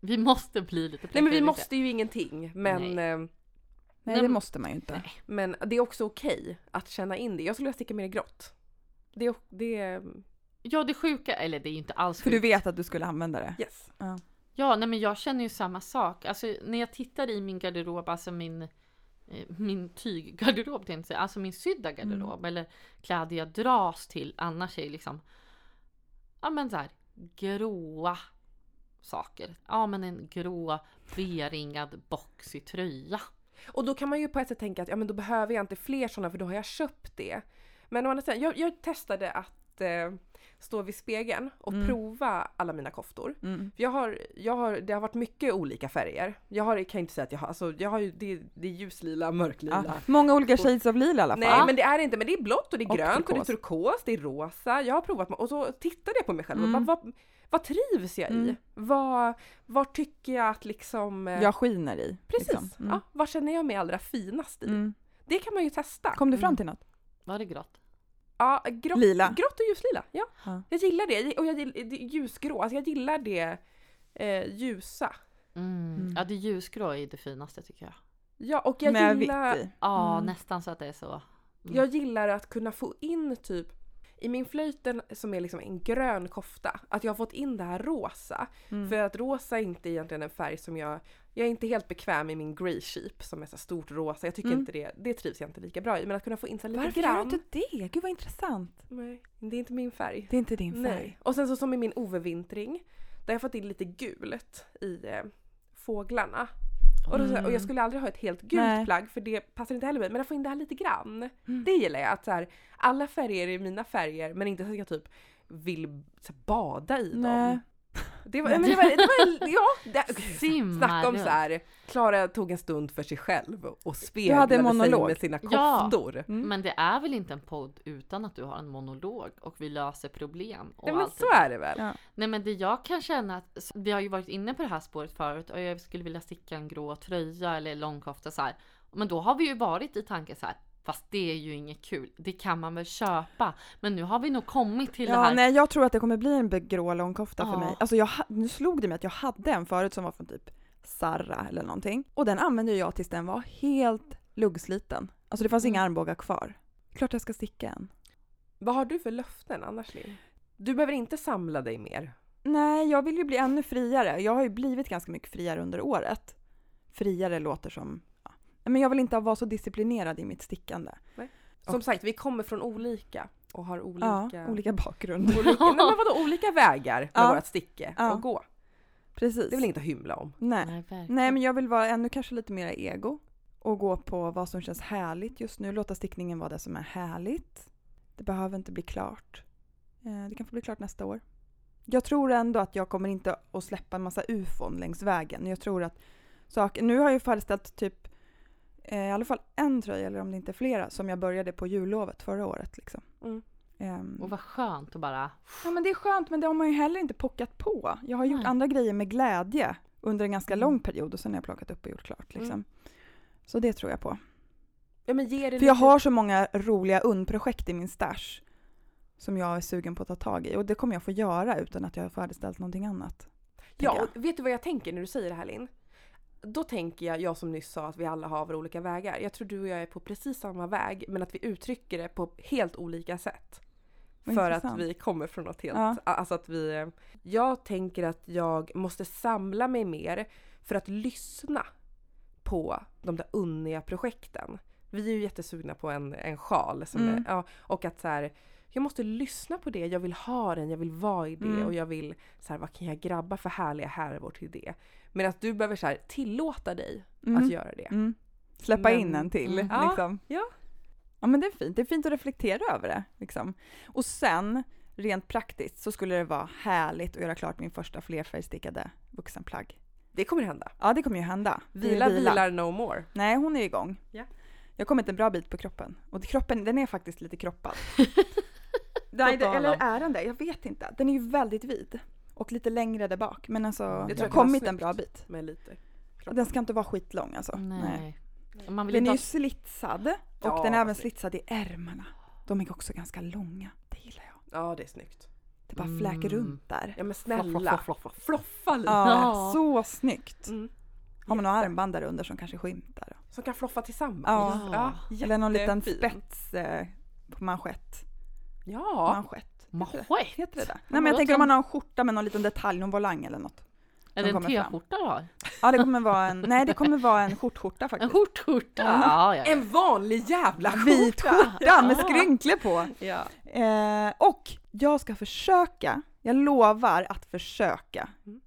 Speaker 2: Vi måste bli lite
Speaker 3: Nej men vi
Speaker 2: präktigare.
Speaker 3: måste ju ingenting men,
Speaker 2: Nej.
Speaker 3: eh,
Speaker 1: Nej,
Speaker 2: Nej,
Speaker 1: det
Speaker 2: men-
Speaker 1: måste man ju inte.
Speaker 2: Nej.
Speaker 3: men det är också okej att känna in det. Jag skulle vilja sticka mer i grått. Det, är- det, är- mm,
Speaker 2: Ja det sjuka, eller det är ju inte alls
Speaker 1: För
Speaker 2: sjukt.
Speaker 1: du vet att du skulle använda det.
Speaker 3: yes.
Speaker 2: Ja, nej men jag känner ju samma sak. Alltså när jag tittar i min garderob, alltså min, eh, min tyggarderob tänkte jag säga, alltså min sydda
Speaker 3: Mm.
Speaker 2: garderob eller kläder jag dras till. Annars är det liksom, ja men så här gråa saker. Ja men en grå V-ringad boxig tröja.
Speaker 3: Och då kan man ju på ett sätt tänka att ja men då behöver jag inte fler sådana för då har jag köpt det. Men å andra sidan, jag, jag testade att eh, stå vid spegeln och
Speaker 1: Mm.
Speaker 3: prova alla mina koftor.
Speaker 1: Mm.
Speaker 3: För Jag har, jag har, det har varit mycket olika färger. Jag har, jag kan inte säga att jag har, alltså jag har ju, det, det är ljuslila, mörklila.
Speaker 1: Ja. Många olika shades of lila i alla fall.
Speaker 3: Nej men det är det inte, men det är blått och det är
Speaker 1: Och
Speaker 3: grönt och det är
Speaker 1: turkos.
Speaker 3: turkos, det är rosa. Jag har provat och så tittade jag på mig själv
Speaker 1: Mm.
Speaker 3: och bara, vad, vad trivs jag i?
Speaker 1: Mm.
Speaker 3: Vad, vad tycker jag att liksom... eh,
Speaker 1: Jag skiner i.
Speaker 3: precis!
Speaker 1: liksom. Mm.
Speaker 3: Ja, vad känner jag mig allra finast i?
Speaker 1: Mm.
Speaker 3: Det kan man ju testa.
Speaker 1: Kom du fram till något?
Speaker 2: Var det grått?
Speaker 3: Ja, grått,
Speaker 1: Lila.
Speaker 3: grått och ljuslila. Ja.
Speaker 1: Ja.
Speaker 3: Jag gillar det. Och jag gillar, det är ljusgrå, alltså jag gillar det eh, ljusa.
Speaker 2: Mm.
Speaker 1: Mm.
Speaker 2: Ja det ljusgrå är det finaste tycker jag.
Speaker 3: Ja, och jag
Speaker 1: Med
Speaker 3: gillar,
Speaker 1: vitt i.
Speaker 2: Ja
Speaker 1: Mm.
Speaker 2: nästan så att det är så. Mm.
Speaker 3: jag gillar att kunna få in typ i min flöjten som är liksom en grön kofta, att jag har fått in det här rosa.
Speaker 1: Mm.
Speaker 3: För att rosa är inte egentligen en färg som jag, jag är inte helt bekväm i min grey sheep som är så här stort rosa. Jag tycker
Speaker 1: Mm.
Speaker 3: inte det, det trivs jag inte lika bra i. Men att kunna få in så här lite
Speaker 1: Varför gör
Speaker 3: grann.
Speaker 1: du inte det? Gud vad intressant.
Speaker 3: Nej, det är inte min färg.
Speaker 1: Det är inte din färg.
Speaker 3: Nej. Och sen så som i min overvintring, där jag fått in lite gult i eh, fåglarna. Och, då, så här- och jag
Speaker 2: Mm.
Speaker 3: skulle aldrig ha ett helt gult
Speaker 1: Mm. Nej.
Speaker 3: plagg för det passar inte heller mig. Men att få in det här lite grann.
Speaker 1: Mm.
Speaker 3: Det gillar jag. Att så här, alla färger är mina färger men inte så att jag typ vill så här, bada i
Speaker 1: Nej.
Speaker 3: dem. Det var, men det var, det var ja, det,
Speaker 2: Simmar
Speaker 3: snacka om
Speaker 2: runt.
Speaker 3: så här. Klara tog en stund för sig själv och
Speaker 1: Du hade en
Speaker 3: speglade sig
Speaker 1: monolog.
Speaker 3: med sina
Speaker 2: Ja.
Speaker 3: koftor.
Speaker 1: Mm.
Speaker 2: Men det är väl inte en podd utan att du har en monolog och vi löser problem. Och
Speaker 3: Nej men
Speaker 2: allt
Speaker 3: så är det väl.
Speaker 1: typ. Ja.
Speaker 2: Nej men det jag kan känna att, s- vi har ju varit inne på det här spåret förut och jag skulle vilja sticka en grå tröja eller långkofta så här. Men då har vi ju varit i tanken så här, fast det är ju inget kul, det kan man väl köpa. Men nu har vi nog kommit till det
Speaker 1: Ja,
Speaker 2: här.
Speaker 1: nej, jag tror att det kommer bli en be- grå långkofta för
Speaker 2: Ja.
Speaker 1: mig. Alltså jag, ha- nu slog det mig att jag hade en förut som var från typ Sarra eller någonting. Och den använde jag tills den var helt luggsliten. Alltså det fanns
Speaker 3: Mm.
Speaker 1: inga armbågar kvar. Klart jag ska sticka en.
Speaker 3: Vad har du för löften annars Linn? Du behöver inte samla dig mer.
Speaker 1: Nej, jag vill ju bli ännu friare. Jag har ju blivit ganska mycket friare under året. Friare låter som... Ja. Men jag vill inte vara så disciplinerad i mitt stickande.
Speaker 3: Som sagt, vi kommer från olika och har olika...
Speaker 1: Ja, olika bakgrund.
Speaker 3: olika, nej, men vadå, olika vägar med
Speaker 1: Ja.
Speaker 3: vårt sticke
Speaker 1: Ja.
Speaker 3: att gå.
Speaker 1: Precis.
Speaker 3: Det är väl inget att hymla om.
Speaker 1: Nej.
Speaker 2: Nej, verkligen.
Speaker 1: Nej, men jag vill vara ännu kanske lite mer ego och gå på vad som känns härligt just nu. Låta stickningen vara det som är härligt. Det behöver inte bli klart. Eh, Det kan få bli klart nästa år. Jag tror ändå att jag kommer inte att släppa en massa ufon längs vägen. Jag tror att saker... Nu har jag ju färdigställt typ eh, i alla fall en tröja, eller om det inte är flera, som jag började på jullovet förra året. Liksom.
Speaker 3: Mm.
Speaker 1: Ehm,
Speaker 2: Och vad skönt att bara,
Speaker 1: Ja men det är skönt men det har man ju heller inte pockat på. Jag har gjort
Speaker 2: Nej.
Speaker 1: andra grejer med glädje under en ganska
Speaker 2: Mm.
Speaker 1: lång period och sen har jag plockat upp och gjort klart. Liksom.
Speaker 3: Mm.
Speaker 1: Så det tror jag på.
Speaker 3: Ja men ge det
Speaker 1: För jag har så många roliga undprojekt i min stash. som jag är sugen på att ta tag i. Och det kommer jag få göra utan att jag har färdigställt någonting annat. tänker
Speaker 3: Ja,
Speaker 1: jag.
Speaker 3: och vet du vad jag tänker när du säger det här Linn? Då tänker jag, jag som nyss sa att vi alla har våra olika vägar. Jag tror du och jag är på precis samma väg men att vi uttrycker det på helt olika sätt.
Speaker 1: Vad
Speaker 3: För att
Speaker 1: intressant.
Speaker 3: vi kommer från något helt,
Speaker 1: Ja.
Speaker 3: alltså att vi... Jag tänker att jag måste samla mig mer för att lyssna på de där unniga projekten. Vi är ju jättesugna på en, en sjal som
Speaker 1: Mm.
Speaker 3: är, ja, och att så här, jag måste lyssna på det, jag vill ha den, jag vill vara i det
Speaker 1: Mm.
Speaker 3: och jag vill så här, vad kan jag grabba för härliga härvor till det? Men att du behöver så här, tillåta dig
Speaker 1: Mm.
Speaker 3: att göra det.
Speaker 1: Mm. Släppa
Speaker 3: Men-
Speaker 1: in en till.
Speaker 2: Mm.
Speaker 3: Ja,
Speaker 1: Liksom.
Speaker 3: ja.
Speaker 1: ja, men det är fint. Det är fint att reflektera över det. Liksom. Och sen, rent praktiskt, så skulle det vara härligt att göra klart min första flerfärgstickade vuxenplagg.
Speaker 3: Det kommer hända.
Speaker 1: Ja, det kommer ju hända. Det är
Speaker 3: Vila, vilar no more.
Speaker 1: Nej, hon är igång.
Speaker 3: Ja.
Speaker 1: Jag har kommit en bra bit på kroppen. Och kroppen, den är faktiskt lite kroppad.
Speaker 2: Nej, det-
Speaker 1: eller
Speaker 2: eller
Speaker 1: är den det? Jag vet inte. Den är ju väldigt vid. Och lite längre där bak. Men alltså,
Speaker 2: tror
Speaker 1: jag har
Speaker 2: jag
Speaker 3: kan vara
Speaker 1: kommit en
Speaker 3: snyggt.
Speaker 1: bra bit.
Speaker 3: Med lite.
Speaker 1: Och Den ska inte vara skitlång alltså.
Speaker 2: Nej. Man vill
Speaker 1: Den
Speaker 2: inte
Speaker 1: är
Speaker 2: ha
Speaker 1: ju slitsad. Och
Speaker 3: Ja,
Speaker 1: den är
Speaker 3: vad
Speaker 1: även
Speaker 3: snyggt.
Speaker 1: slitsad i ärmarna. De är också ganska långa. Det gillar jag.
Speaker 3: Ja, det är snyggt.
Speaker 1: Det bara
Speaker 2: Mm.
Speaker 1: fläker runt där.
Speaker 3: Ja men
Speaker 2: floff,
Speaker 3: snälla.
Speaker 2: floff, floff, floff.
Speaker 3: Floffa lite.
Speaker 1: Ja,
Speaker 2: Ja.
Speaker 1: så snyggt.
Speaker 3: Mm.
Speaker 1: Har man några armband där under som kanske skymtar.
Speaker 3: Som kan floffa tillsammans.
Speaker 1: Ja.
Speaker 3: ja.
Speaker 1: Eller någon liten
Speaker 3: Jättefin.
Speaker 1: spets eh, på manschett.
Speaker 3: Ja.
Speaker 1: Manschett.
Speaker 2: Mahouette.
Speaker 1: Heter det det?
Speaker 2: Ja,
Speaker 1: Nej men jag
Speaker 2: då
Speaker 1: tänker om
Speaker 2: kan-
Speaker 1: man har en skjorta med någon liten detalj, någon volang eller något.
Speaker 2: Är det en
Speaker 1: kommer fram.
Speaker 2: t-skjorta du har?
Speaker 1: Ja det kommer vara en, nej det kommer vara en skjortskjorta
Speaker 2: En
Speaker 1: faktiskt.
Speaker 2: skjortskjorta? Ja, ja, ja.
Speaker 3: En vanlig jävla
Speaker 1: Vit skjorta med
Speaker 2: Ja.
Speaker 1: skrynkle på.
Speaker 3: Ja.
Speaker 1: Eh, och jag ska försöka, jag lovar att försöka
Speaker 3: Mm.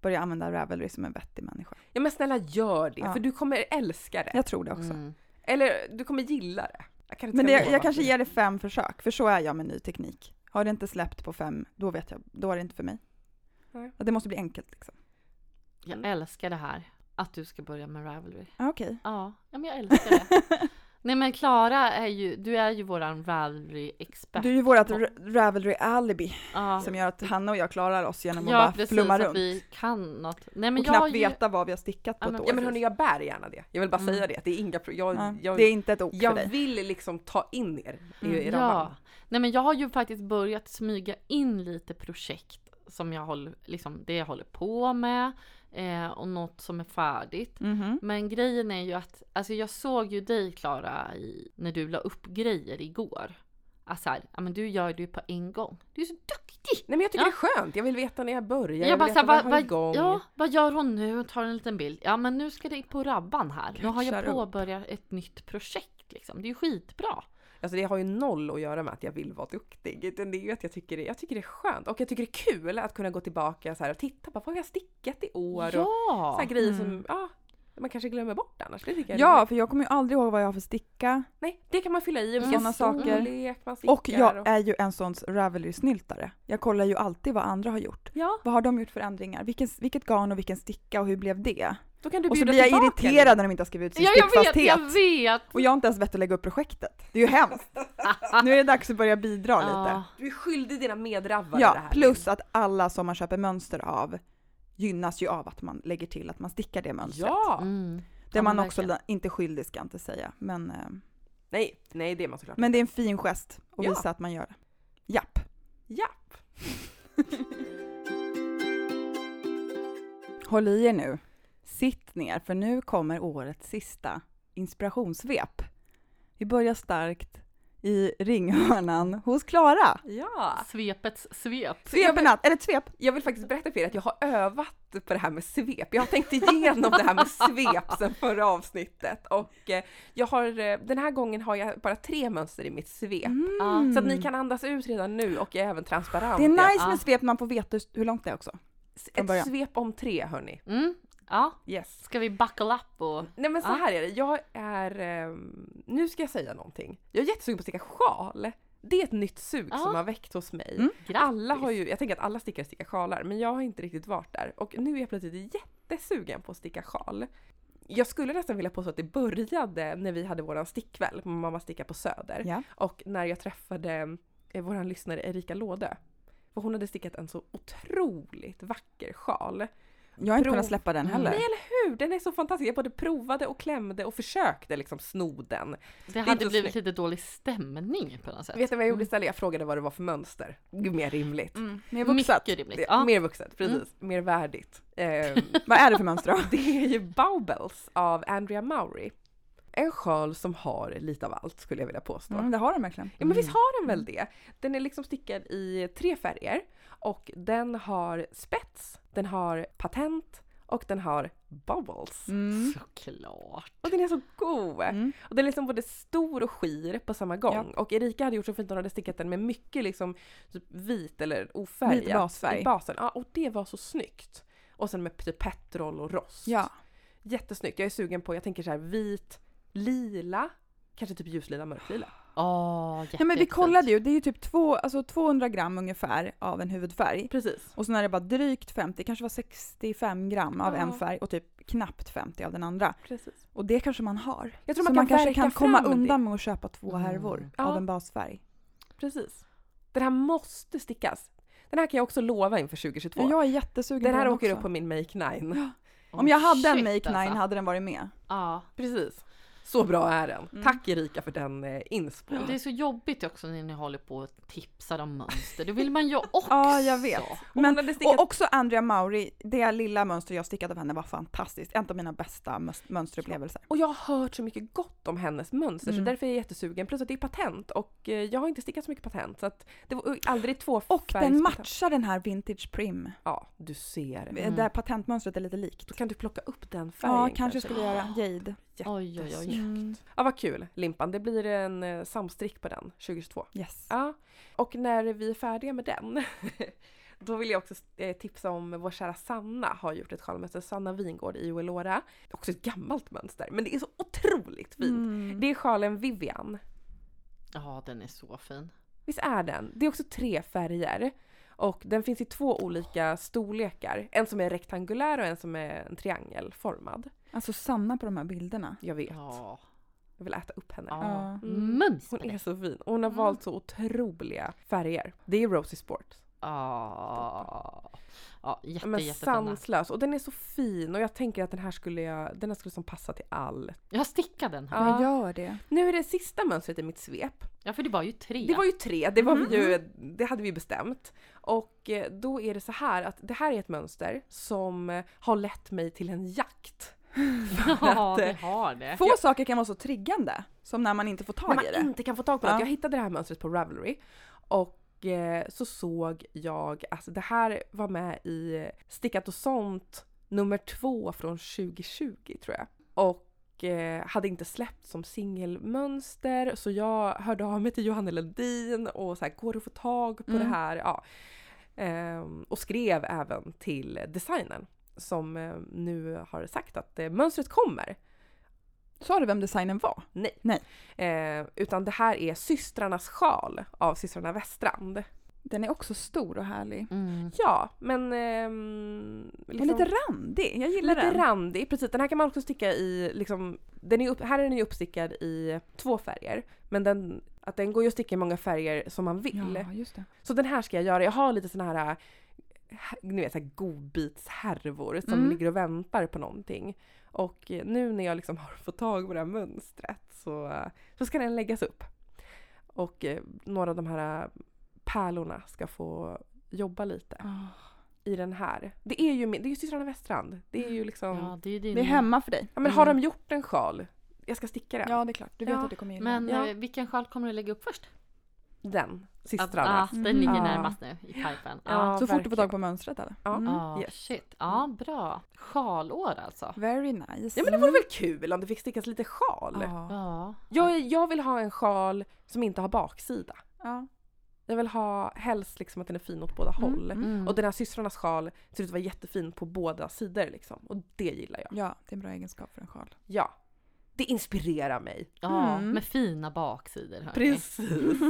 Speaker 1: börja använda Ravelry som en vettig människa.
Speaker 3: ja men snälla gör det
Speaker 1: Ja.
Speaker 3: för du kommer älska det.
Speaker 1: Jag tror det också.
Speaker 2: Mm.
Speaker 3: Eller du kommer gilla det. Jag kan inte
Speaker 1: Men det,
Speaker 3: lova
Speaker 1: jag kanske
Speaker 3: det.
Speaker 1: ger det fem försök, för så är jag med ny teknik. Har det inte släppt på fem, då vet jag, då är det inte för mig.
Speaker 3: Nej.
Speaker 1: Ja, Det måste bli enkelt liksom. Mm.
Speaker 2: Jag älskar det här. Att du ska börja med Ravelry.
Speaker 1: Ja, Okej.
Speaker 2: Ja, ja men jag älskar det. Nej men Klara är ju, du är ju våran Ravelry-expert.
Speaker 1: Du är ju vårt Ravelry-alibi
Speaker 2: ja.
Speaker 1: som gör att Hanna och jag klarar oss genom att
Speaker 2: ja,
Speaker 1: bara
Speaker 2: precis,
Speaker 1: flumma
Speaker 2: att
Speaker 1: runt.
Speaker 2: vi kan något. Nej men
Speaker 1: och
Speaker 2: jag har
Speaker 1: knappt
Speaker 2: ju,
Speaker 1: veta vad vi har stickat på
Speaker 2: Ja,
Speaker 1: ett
Speaker 2: men-
Speaker 1: år.
Speaker 3: Ja men hörni jag bär gärna det. Jag vill bara
Speaker 2: Mm.
Speaker 3: säga det. att Det är inga pro- jag,
Speaker 1: Ja,
Speaker 3: jag,
Speaker 1: det är inte ett ok för
Speaker 3: jag
Speaker 1: dig. Mm,
Speaker 3: vill liksom ta in er i, i
Speaker 2: ja.
Speaker 3: ramman.
Speaker 2: Nej men jag har ju faktiskt börjat smyga in lite projekt som jag håller, liksom det jag håller på med eh, och något som är färdigt.
Speaker 1: Mhm.
Speaker 2: Men grejen är ju att, alltså jag såg ju dig Klara i, när du la upp grejer igår. Alltså här, ja men du gör det ju på en gång. Du är så duktig!
Speaker 3: Nej men jag tycker
Speaker 2: Ja.
Speaker 3: det är skönt. Jag vill veta när jag börjar. Jag,
Speaker 2: Jag bara
Speaker 3: vill
Speaker 2: så här,
Speaker 3: veta
Speaker 2: vad-
Speaker 3: vad jag har
Speaker 2: vad-
Speaker 3: igång.
Speaker 2: Ja, vad gör hon nu? Jag tar en liten bild. Ja men nu ska det på rabban här. Nu har jag
Speaker 1: Catchar upp.
Speaker 2: påbörjat ett nytt projekt liksom. Det är ju skitbra.
Speaker 3: Alltså det har ju noll att göra med att jag vill vara duktig. Utan det är ju att jag tycker det, jag tycker det är skönt. Och jag tycker det är kul att kunna gå tillbaka så här och titta på vad har jag stickat i år. Och
Speaker 2: Ja!
Speaker 3: så här grejer som
Speaker 1: Mm.
Speaker 3: ja, man kanske glömmer bort annars. Det tycker jag är
Speaker 1: Ja,
Speaker 3: roligt.
Speaker 1: för jag kommer ju aldrig ihåg vad jag har för sticka.
Speaker 3: Nej, det kan man fylla i.
Speaker 1: Mm.
Speaker 3: Vilken
Speaker 1: Såna saker.
Speaker 3: storlek man stickar.
Speaker 1: Och jag är ju en sån Ravelry-snyltare. Jag kollar ju alltid vad andra har gjort.
Speaker 3: ja,
Speaker 1: Vad har de gjort för ändringar? Vilken, vilket garn och vilken sticka och hur blev det?
Speaker 3: då kan du
Speaker 1: Och så
Speaker 3: bjuda
Speaker 1: blir jag
Speaker 3: tillbaka det.
Speaker 1: irriterad när de inte har skrivit ut sin
Speaker 2: Ja, jag vet,
Speaker 1: stickfasthet.
Speaker 2: jag vet!
Speaker 1: Och jag har inte ens vett att lägga upp projektet. Det är ju hemskt. nu är det dags att börja bidra lite.
Speaker 2: Ja.
Speaker 3: Du är skyldig dina medravare det
Speaker 1: Ja,
Speaker 3: här. liksom.
Speaker 1: plus att alla som man köper mönster av gynnas ju av att man lägger till att man stickar det mönstret.
Speaker 3: Ja!
Speaker 2: Mm.
Speaker 1: det
Speaker 2: Ja,
Speaker 1: är man
Speaker 2: men
Speaker 1: också
Speaker 2: verkligen.
Speaker 1: inte skyldig ska jag inte säga, men, eh,
Speaker 3: Nej, nej det är man såklart.
Speaker 1: men det är en fin gest att
Speaker 3: Ja.
Speaker 1: visa att man gör det. Japp.
Speaker 3: Japp!
Speaker 1: Håll i er nu. Sitt ner, för nu kommer årets sista inspirationsvep. Vi börjar starkt i ringhörnan hos Klara.
Speaker 3: Ja!
Speaker 2: Svepets svep.
Speaker 1: Svepenat, eller ett svep.
Speaker 3: Jag vill faktiskt berätta för er att jag har övat på det här med svep. Jag har tänkt igenom det här med svep sedan förra avsnittet och eh, jag har, eh, den här gången har jag bara tre mönster i mitt svep.
Speaker 2: Ja.
Speaker 3: Så att ni kan andas ut redan nu och jag är även transparent.
Speaker 1: Mm. Det är
Speaker 3: Jag-
Speaker 1: nice
Speaker 2: Ja.
Speaker 1: med svep, man får veta hur långt det är också. från början.
Speaker 3: Ett svep om tre hörni.
Speaker 2: Mm. Ja,
Speaker 3: Yes.
Speaker 2: ska vi buckle up och...
Speaker 3: Nej men så
Speaker 2: Ja.
Speaker 3: här är det, jag är, ehm, nu ska jag säga någonting. Jag är jättesugen på att sticka sjal. Det är ett nytt sug
Speaker 2: Ja.
Speaker 3: som har väckt hos mig.
Speaker 1: Mm.
Speaker 3: Alla har
Speaker 2: Grattis.
Speaker 3: ju, jag tänker att alla stickare stickar sjalar, men jag har inte riktigt varit där. Och nu är jag plötsligt jättesugen på att sticka sjal. Jag skulle nästan vilja påstå att det började när vi hade våran stickkväll på Mamma stickar på Söder.
Speaker 1: Ja.
Speaker 3: Och när jag träffade eh, våran lyssnare Erika Lådö. För hon hade stickat en så otroligt vacker sjal.
Speaker 1: Jag har inte
Speaker 3: Prov.
Speaker 1: kunnat släppa den heller.
Speaker 3: Nej eller hur! Den är så fantastisk. Jag både provade och klämde och försökte liksom sno den.
Speaker 2: Det
Speaker 3: inte
Speaker 2: hade
Speaker 3: så
Speaker 2: blivit lite dålig stämning på något sätt.
Speaker 3: Vet du vad jag gjorde istället? Jag frågade vad det var för mönster. Gud, Mer rimligt.
Speaker 1: Mm, mer vuxet.
Speaker 2: Mycket rimligt.
Speaker 3: Det,
Speaker 2: Ja. Mm.
Speaker 3: Mer vuxet, precis. Mer värdigt. Ehm,
Speaker 1: Vad är det för mönster då?
Speaker 3: Det är ju Baubles av Andrea Mowry. En sjal som har lite av allt skulle jag vilja påstå.
Speaker 1: Mm, det har de verkligen.
Speaker 3: Ja men visst har den väl det? Den är liksom stickad i tre färger och den har spets, den har patent och den har bubbles.
Speaker 1: Mm.
Speaker 2: Såklart.
Speaker 3: Och den är så god!
Speaker 1: Mm.
Speaker 3: Och den är liksom både stor och skir på samma gång. Och Erika hade gjort så fint, hon hade stickat den med mycket liksom typ vit eller ofärgat.
Speaker 1: Vit basfärg.
Speaker 3: I basen. Ja, och det var så snyggt. Och sen med typ petrol och rost.
Speaker 1: Ja.
Speaker 3: Jättesnyggt. Jag är sugen på, jag tänker så här vit, lila, kanske typ ljuslila, mörklila.
Speaker 2: Åh,
Speaker 1: Nej, men vi
Speaker 2: jättefint.
Speaker 1: kollade ju, det är ju typ två, alltså 200 gram ungefär av en hudfärg.
Speaker 3: Precis.
Speaker 1: Och sen är det bara drygt 50, kanske var 65 gram av
Speaker 3: Ja.
Speaker 1: en färg och typ knappt 50 av den andra.
Speaker 3: Precis.
Speaker 1: Och det kanske man har.
Speaker 3: Jag tror
Speaker 1: så
Speaker 3: man, kan
Speaker 1: kanske
Speaker 3: verka
Speaker 1: kan komma
Speaker 3: fram det.
Speaker 1: undan med att köpa två härvor
Speaker 2: Mm.
Speaker 1: av
Speaker 3: Ja.
Speaker 1: en basfärg.
Speaker 3: Precis. Den här måste stickas. Den här kan jag också lova inför 2022.
Speaker 1: Ja, jag är jättesugen
Speaker 3: den
Speaker 1: på
Speaker 3: här
Speaker 1: den
Speaker 3: åker
Speaker 1: också.
Speaker 3: upp på min Make 9.
Speaker 1: Om jag hade en
Speaker 2: Shit,
Speaker 1: Make 9
Speaker 2: alltså.
Speaker 1: hade den varit med.
Speaker 2: Ja.
Speaker 3: Precis. Så bra är den.
Speaker 1: Mm.
Speaker 3: Tack Erika för den eh, inspo.
Speaker 2: Det är så jobbigt också när ni håller på och tipsar om mönster. Det vill man ju också.
Speaker 1: Ja, jag vet. Men,
Speaker 3: hon hade stickat-
Speaker 1: Och också Andrea Mauri, det lilla mönster jag stickat av hönne var fantastiskt. En av mina bästa mönst- mönsterupplevelser.
Speaker 3: Och jag har hört så mycket gott om hennes mönster
Speaker 1: Mm.
Speaker 3: så därför är jag jättesugen. Plus att det är patent och eh, jag har inte stickat så mycket patent så att det var eh, aldrig två
Speaker 1: Och den matchar den här Vintage Prim, eh,
Speaker 3: Ja, du ser.
Speaker 2: Mm.
Speaker 1: där patentmönstret är lite likt.
Speaker 3: Då kan du plocka upp den färgen.
Speaker 1: Ja, kanske skulle jag göra. Jade.
Speaker 2: Oj, oj, oj.
Speaker 1: Mm.
Speaker 3: Ja, vad kul Limpan. Det blir en eh, samstrick på den 2022.
Speaker 1: Yes.
Speaker 3: Ja, och när vi är färdiga med den då vill jag också eh, tipsa om vår kära Sanna har gjort ett sjalmönster. Sanna Wingård i Oelora. Också ett gammalt mönster men det är så otroligt fint.
Speaker 1: Mm.
Speaker 3: Det är sjalen Vivian.
Speaker 2: Ja, den är så fin.
Speaker 3: Visst är den? Det är också tre färger. Och den finns i två olika storlekar. En som är rektangulär och en som är en triangelformad.
Speaker 1: Alltså Sanna på de här bilderna.
Speaker 3: Jag vet.
Speaker 2: Ja.
Speaker 3: Jag vill äta upp henne.
Speaker 2: ja.
Speaker 3: Mm.
Speaker 2: Mums på
Speaker 3: Hon är
Speaker 2: dig.
Speaker 3: så fin. Och Hon har
Speaker 2: Mm.
Speaker 3: valt så otroliga färger. Det är Rosie Sport.
Speaker 2: Ja. Ja, jätte,
Speaker 3: Men
Speaker 2: jättefina.
Speaker 3: sanslös. Och den är så fin och jag tänker att den här skulle jag, den här skulle som passa till allt.
Speaker 2: Jag stickade den här.
Speaker 3: Ja.
Speaker 1: Jag gör det.
Speaker 3: Nu är det sista mönstret i mitt svep.
Speaker 2: Ja, Mhm. för det var ju tre.
Speaker 3: Det var ju tre, det, var vi ju, det hade vi bestämt. Och eh, då är det så här att det här är ett mönster som eh, har lett mig till en jakt.
Speaker 2: ja,
Speaker 3: att,
Speaker 2: vi
Speaker 3: eh,
Speaker 2: har det.
Speaker 1: Få saker kan vara så triggande, som när man inte får tag
Speaker 3: När man
Speaker 1: i det.
Speaker 3: inte kan få tag på något.
Speaker 1: Ja.
Speaker 3: Jag hittade det här mönstret på Ravelry och eh, så såg jag, alltså det här var med i Stickat och sånt nummer två från 2020 tror jag. Och eh, hade inte släppt som singelmönster så jag hörde av mig till Johanna Ledin och så här, går det att få tag på
Speaker 1: Mm.
Speaker 3: det här? Ja. Ehm, och skrev även till designern som eh, nu har sagt att eh, mönstret kommer.
Speaker 1: Sa du vem designen var?
Speaker 3: Nej.
Speaker 1: Nej.
Speaker 3: Eh, utan det här är Systrarnas sjal av Systrarna Västrand.
Speaker 1: Den är också stor och härlig.
Speaker 2: Mm.
Speaker 3: Ja, men... ehm,
Speaker 1: Den
Speaker 3: liksom,
Speaker 1: är lite randig, jag gillar
Speaker 3: lite
Speaker 1: den.
Speaker 3: randig. Precis, den här kan man också sticka i... Liksom, den är upp, här är den ju uppstickad i två färger. Men den, att den går ju att sticka i många färger som man vill.
Speaker 1: Ja, just det.
Speaker 3: Så den här ska jag göra. Jag har lite såna här, eh, ni vet, så här godbitshärvor som
Speaker 1: Mm.
Speaker 3: ligger och väntar på någonting. Och eh, nu när jag liksom har fått tag på det här mönstret så, eh, så ska den läggas upp. Och eh, några av de här eh, pärlorna ska få jobba lite
Speaker 1: Ah.
Speaker 3: i den här. Det är ju, min- det är ju systrarna Västrand. Det är ju liksom, ja.
Speaker 2: Ja, det är ju din.
Speaker 1: Det är hemma för dig.
Speaker 3: men har de gjort en sjal? Jag ska sticka den.
Speaker 1: Ja, det är klart. Du vet
Speaker 3: Ja,
Speaker 1: att du kommer gilla
Speaker 2: Men
Speaker 3: Ja.
Speaker 2: eh, vilken sjal kommer du lägga upp först?
Speaker 3: Den,
Speaker 2: Att,
Speaker 3: systrarna.
Speaker 2: ah, den ligger
Speaker 1: Mm.
Speaker 2: närmast nu i pipen.
Speaker 3: Ja.
Speaker 1: den. Så fort du får tag på mönstret eller?
Speaker 3: Ja.
Speaker 1: Mm.
Speaker 2: Ah,
Speaker 3: yes.
Speaker 2: shit. Ja, bra. Sjalår alltså.
Speaker 1: Very nice.
Speaker 3: Ja men det vore väl kul om det fick stickas lite sjal?
Speaker 1: Ja.
Speaker 2: Ja.
Speaker 3: Jag, jag vill ha en sjal som inte har baksida.
Speaker 1: Ja.
Speaker 3: Jag vill ha helst liksom att den är fin åt båda
Speaker 1: Mm,
Speaker 3: håll.
Speaker 2: Mm.
Speaker 3: Och den här systrarnas sjal ser ut att vara jättefin på båda sidor liksom. Och det gillar jag.
Speaker 1: ja, det är en bra egenskap för en sjal.
Speaker 3: Ja. Det inspirerar mig.
Speaker 2: Ja,
Speaker 1: Mm.
Speaker 2: med fina baksidor. hörni.
Speaker 3: Precis.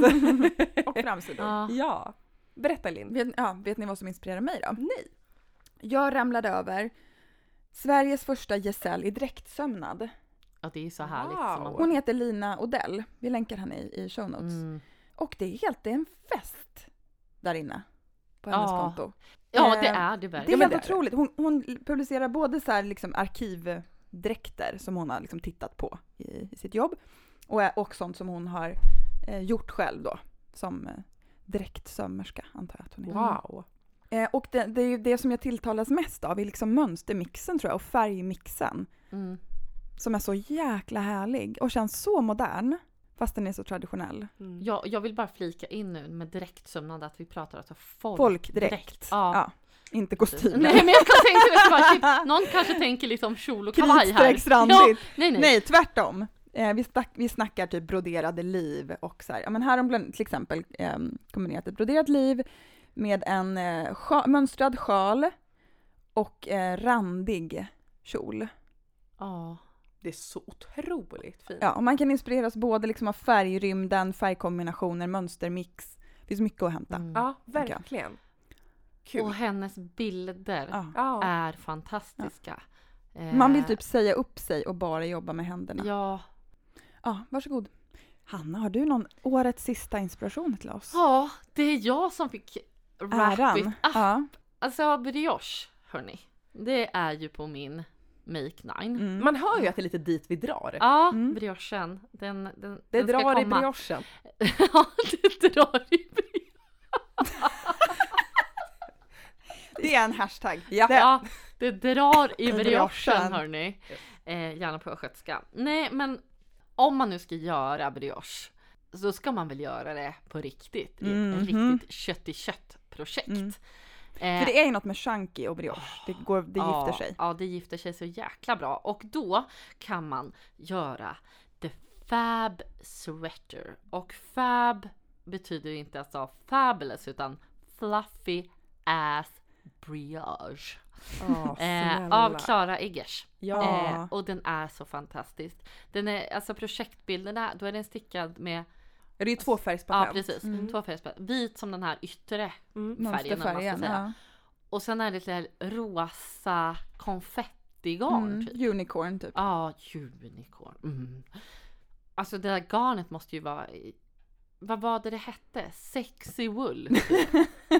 Speaker 1: Och framsidan.
Speaker 2: Ja.
Speaker 3: ja. Berätta Linn.
Speaker 1: Vet, ja, vet ni vad som inspirerar mig då?
Speaker 3: Nej.
Speaker 1: Jag ramlade över Sveriges första gesäll i dräktsömnad.
Speaker 2: ja, det är ju så härligt. Som man...
Speaker 3: Wow.
Speaker 1: Hon heter Lina Odell. Vi länkar henne i, i show notes.
Speaker 2: mm.
Speaker 1: Och det är helt det är en fest där inne. på hennes
Speaker 2: Ja.
Speaker 1: konto.
Speaker 2: Ja,
Speaker 1: Eh,
Speaker 2: det är det
Speaker 1: Det är
Speaker 2: verkligen.
Speaker 1: helt
Speaker 3: men det är det.
Speaker 1: otroligt. Hon, hon publicerar både så här liksom arkivdräkter som hon har liksom tittat på i, i sitt jobb och, ä- och sånt som hon har eh, gjort själv då som eh, dräktsömmerska antar jag att hon
Speaker 2: Mm.
Speaker 1: är.
Speaker 3: Wow!
Speaker 1: Eh, och det, det är ju det som jag tilltalas mest av är liksom mönstermixen tror jag och färgmixen
Speaker 2: Mm.
Speaker 1: som är så jäkla härlig och känns så modern fast den är så traditionell.
Speaker 3: Mm.
Speaker 2: Jag, jag vill bara flika in nu med direktsömnande att vi pratar alltså folk.
Speaker 1: Folkdräkt.
Speaker 2: Ja.
Speaker 1: Ja, inte kostymer.
Speaker 2: Nej men jag kan tänka mig bara, typ, någon kanske tänker liksom kjol och kavaj här.
Speaker 1: Kritstrecksrandigt.
Speaker 2: nej, nej.
Speaker 1: Nej, tvärtom. Eh, vi, snack, vi snackar typ broderade liv och så här, ja men här har de bland- till exempel eh, kombinerat ett broderat liv med en eh, sja, mönstrad sjal och eh, randig kjol.
Speaker 2: Ja.
Speaker 3: Det är så otroligt fint.
Speaker 1: Ja, och man kan inspireras både liksom av färgrymden, färgkombinationer, mönstermix. Det finns mycket att hämta.
Speaker 2: Mm.
Speaker 3: Ja, verkligen. Kul.
Speaker 2: Och hennes bilder
Speaker 1: Ja.
Speaker 3: ja.
Speaker 2: är fantastiska. Eh,
Speaker 1: Man vill typ säga upp sig och bara jobba med händerna. Ja,
Speaker 2: Ja.
Speaker 1: varsågod. Hanna, har du någon årets sista inspiration till oss?
Speaker 2: ja, det är jag som fick wrap it
Speaker 1: Äran.
Speaker 2: up.
Speaker 1: Ja.
Speaker 2: Alltså brioche, hörni. Det är ju på min make nine.
Speaker 1: Mm.
Speaker 3: Man hör ju att det är lite dit vi drar.
Speaker 2: Ja,
Speaker 1: Mm.
Speaker 2: briochen. Den, den,
Speaker 3: det
Speaker 2: den ska
Speaker 3: drar i
Speaker 2: komma.
Speaker 3: briochen.
Speaker 2: ja, det drar i brioche.
Speaker 1: Det är en hashtag.
Speaker 3: Ja.
Speaker 1: Det-
Speaker 2: Ja, det drar i
Speaker 1: Briochen.
Speaker 2: briochen hörni. Eh, gärna på östgötska. Nej, men om man nu ska göra brioche så ska man väl göra det på riktigt. I ett
Speaker 1: Mhm.
Speaker 2: riktigt kött i kött projekt.
Speaker 1: Mm.
Speaker 2: Eh,
Speaker 1: För det är ju något med chunky och brioche. Det, går, det
Speaker 2: ja,
Speaker 1: gifter sig.
Speaker 2: Ja, det gifter sig så jäkla bra. Och då kan man göra the fab sweater. Och fab betyder ju inte alltså fabulous utan fluffy ass brioche.
Speaker 3: Ja,
Speaker 2: Eh,
Speaker 3: snälla.
Speaker 2: av Klara Eggers.
Speaker 3: Ja.
Speaker 2: Eh, och den är så fantastisk. Den är, alltså projektbilderna, då är den stickad med,
Speaker 3: Det är ju
Speaker 2: ja
Speaker 3: tvåfärgspatent.
Speaker 2: precis,
Speaker 1: Mm.
Speaker 2: två färger. Vit som den här yttre
Speaker 3: Mm.
Speaker 2: färgen, om man ska
Speaker 1: Mönsterfärgen.
Speaker 2: säga.
Speaker 1: Ja.
Speaker 2: Och sen är det lite rosa konfettigarn
Speaker 1: Mm,
Speaker 2: typ.
Speaker 1: Unicorn typ.
Speaker 2: Ja, unicorn. Mm. Alltså det där garnet måste ju vara, i- vad var det det hette? Sexy wool.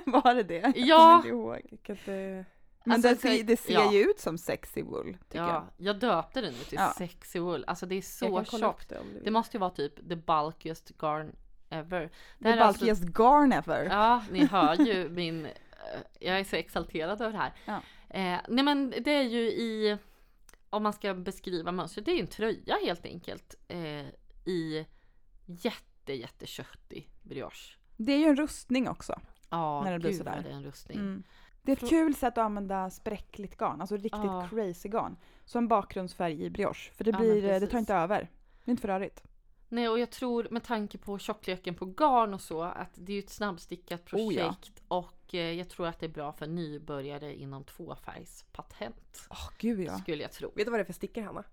Speaker 1: Var det det?
Speaker 2: Ja.
Speaker 1: Jag kommer inte ihåg.
Speaker 3: Vilket, eh,
Speaker 1: Men
Speaker 2: Alltså,
Speaker 1: det, ser,
Speaker 2: så-
Speaker 1: det ser
Speaker 2: ja.
Speaker 1: ju ut som sexy wool tycker
Speaker 2: Ja, jag döpte den nu till
Speaker 1: Ja.
Speaker 2: sexy wool. Alltså det är
Speaker 3: jag
Speaker 2: så
Speaker 3: kan kolla upp
Speaker 2: tjockt.
Speaker 3: det om du
Speaker 2: Det
Speaker 3: vill.
Speaker 2: måste ju vara typ the bulkiest garn ever.
Speaker 1: jag.
Speaker 2: Det här
Speaker 1: The
Speaker 2: är alltså-
Speaker 1: bulkiest garn ever.
Speaker 2: Ja, ni hör ju min... eh, Jag är så exalterad över det här.
Speaker 1: Ja.
Speaker 2: Eh, nej men det är ju i... Om man ska beskriva mönstret, det är ju en tröja helt enkelt. Eh, I jätte, jätteköttig brioche.
Speaker 1: Det är ju en rustning också.
Speaker 2: Ja,
Speaker 1: När det
Speaker 2: gud
Speaker 1: blir
Speaker 2: blir
Speaker 1: sådär.
Speaker 2: vad det är en rustning.
Speaker 1: Mm. Det är ett
Speaker 2: Frå-
Speaker 1: kul sätt att använda bräckligt garn, alltså riktigt
Speaker 2: Ja.
Speaker 1: crazy garn. Som bakgrundsfärg i brioche, för det,
Speaker 2: Ja,
Speaker 1: blir,
Speaker 2: men
Speaker 1: eh, det tar
Speaker 2: precis.
Speaker 1: inte över. Det är inte för rörigt.
Speaker 2: Nej, och jag tror med tanke på tjockleken på garn och så att det är ju ett snabbstickat projekt
Speaker 1: Oh ja.
Speaker 2: och eh, jag tror att det är bra för nybörjare inom tvåfärgspatent.
Speaker 1: Åh gud ja.
Speaker 2: Skulle jag tro.
Speaker 3: Vet du vad det är för stickor Hanna?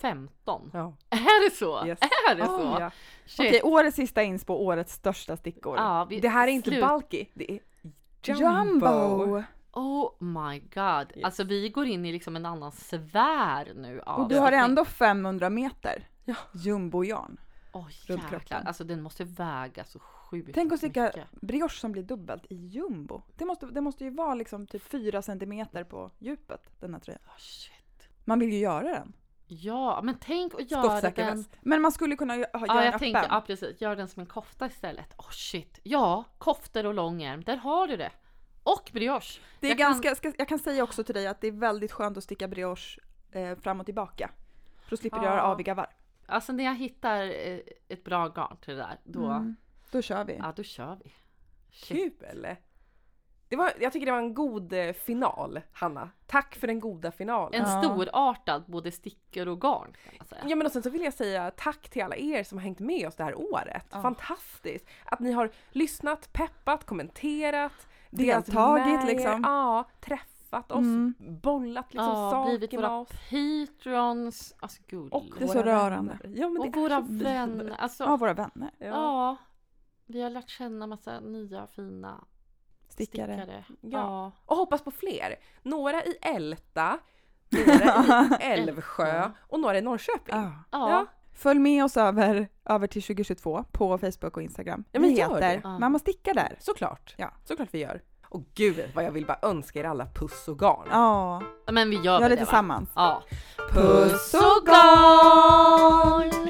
Speaker 2: 15.
Speaker 3: Ja.
Speaker 2: Är det så?
Speaker 3: Yes.
Speaker 2: Är det så?
Speaker 3: ja.
Speaker 2: Shit.
Speaker 1: Oh, Okej, årets sista inspo, årets största stickor.
Speaker 2: Ja, vi,
Speaker 3: Det här är inte
Speaker 2: slut.
Speaker 3: bulky, det är jumbo.
Speaker 1: Jumbo!
Speaker 2: Oh my god.
Speaker 3: Yes.
Speaker 2: Alltså vi går in i liksom en annan sfär nu av
Speaker 1: Och du har
Speaker 2: stickning.
Speaker 1: ändå 500 meter
Speaker 3: Ja.
Speaker 1: jumbojarn.
Speaker 2: Åh
Speaker 1: runt
Speaker 2: jäklar.
Speaker 1: kroppen.
Speaker 2: Alltså den måste väga så sjukt
Speaker 1: Tänk att
Speaker 2: mycket.
Speaker 1: sticka brioche som blir dubbelt i jumbo. Det måste, det måste ju vara liksom typ 4 centimeter på djupet, den här tröjan.
Speaker 2: Åh, shit.
Speaker 1: Man vill ju göra den.
Speaker 2: Ja, men tänk att göra
Speaker 1: Skottsäker
Speaker 2: den.
Speaker 1: väst. Men man skulle kunna gö- ha,
Speaker 2: Ja,
Speaker 1: göra
Speaker 2: jag
Speaker 1: en
Speaker 2: tänker,
Speaker 1: öppen.
Speaker 2: ja precis. Gör den som en kofta istället. Åh shit. Ja, koftor och långärm. Där har du det. Och brioche.
Speaker 1: Det är
Speaker 2: jag kan-
Speaker 1: ganska, ska, jag kan säga också till dig att det är väldigt skönt att sticka brioche eh, fram och tillbaka. För då slipper du
Speaker 3: Ja.
Speaker 1: göra aviga varv.
Speaker 2: Alltså när jag hittar eh, ett bra garn till det där, då,
Speaker 1: Mm. Då kör vi.
Speaker 2: ja, då kör vi. Shit.
Speaker 3: Kul! Det var, jag tycker det var en god eh, final Hanna. Tack för den goda finalen.
Speaker 2: En
Speaker 1: Ja.
Speaker 2: storartad både stickor och garn kan man säga.
Speaker 3: Ja men och sen så vill jag säga tack till alla er som har hängt med oss det här året. Fantastiskt! Att ni har lyssnat, peppat, kommenterat, delat
Speaker 1: Deltagit,
Speaker 3: med er,
Speaker 1: liksom.
Speaker 3: Ja, träffat oss,
Speaker 1: Mm.
Speaker 3: bollat liksom
Speaker 2: ja, blivit
Speaker 3: saker med
Speaker 2: våra
Speaker 3: oss.
Speaker 2: patrons. Alltså gulligt.
Speaker 3: Och
Speaker 1: Det är så
Speaker 3: våra vänner.
Speaker 1: rörande.
Speaker 3: Ja, men
Speaker 2: Och
Speaker 3: det är
Speaker 2: våra
Speaker 3: så fint.
Speaker 2: vänner. Alltså,
Speaker 1: Av
Speaker 2: ja.
Speaker 1: våra vänner.
Speaker 3: Ja,
Speaker 2: Vi har lärt känna massa nya fina
Speaker 1: Stickare.
Speaker 2: stickare. Ja.
Speaker 3: Och hoppas på fler. Några i Älta, några i Älvsjö och några i Norrköping.
Speaker 1: Ja.
Speaker 2: Ja.
Speaker 3: Ja.
Speaker 1: Följ med oss över, över till 2022 på Facebook och Instagram.
Speaker 3: Ja, men
Speaker 1: vi
Speaker 3: gör
Speaker 1: heter
Speaker 3: det.
Speaker 1: Mamma Sticka där.
Speaker 3: Såklart.
Speaker 1: Ja.
Speaker 3: Såklart vi gör. Och gud vad jag vill bara önska er alla puss och garn.
Speaker 1: Ja,
Speaker 2: Men vi gör
Speaker 1: gör
Speaker 2: väl
Speaker 1: det
Speaker 2: det va?
Speaker 1: tillsammans.
Speaker 2: Ja.
Speaker 3: Puss
Speaker 2: och garn!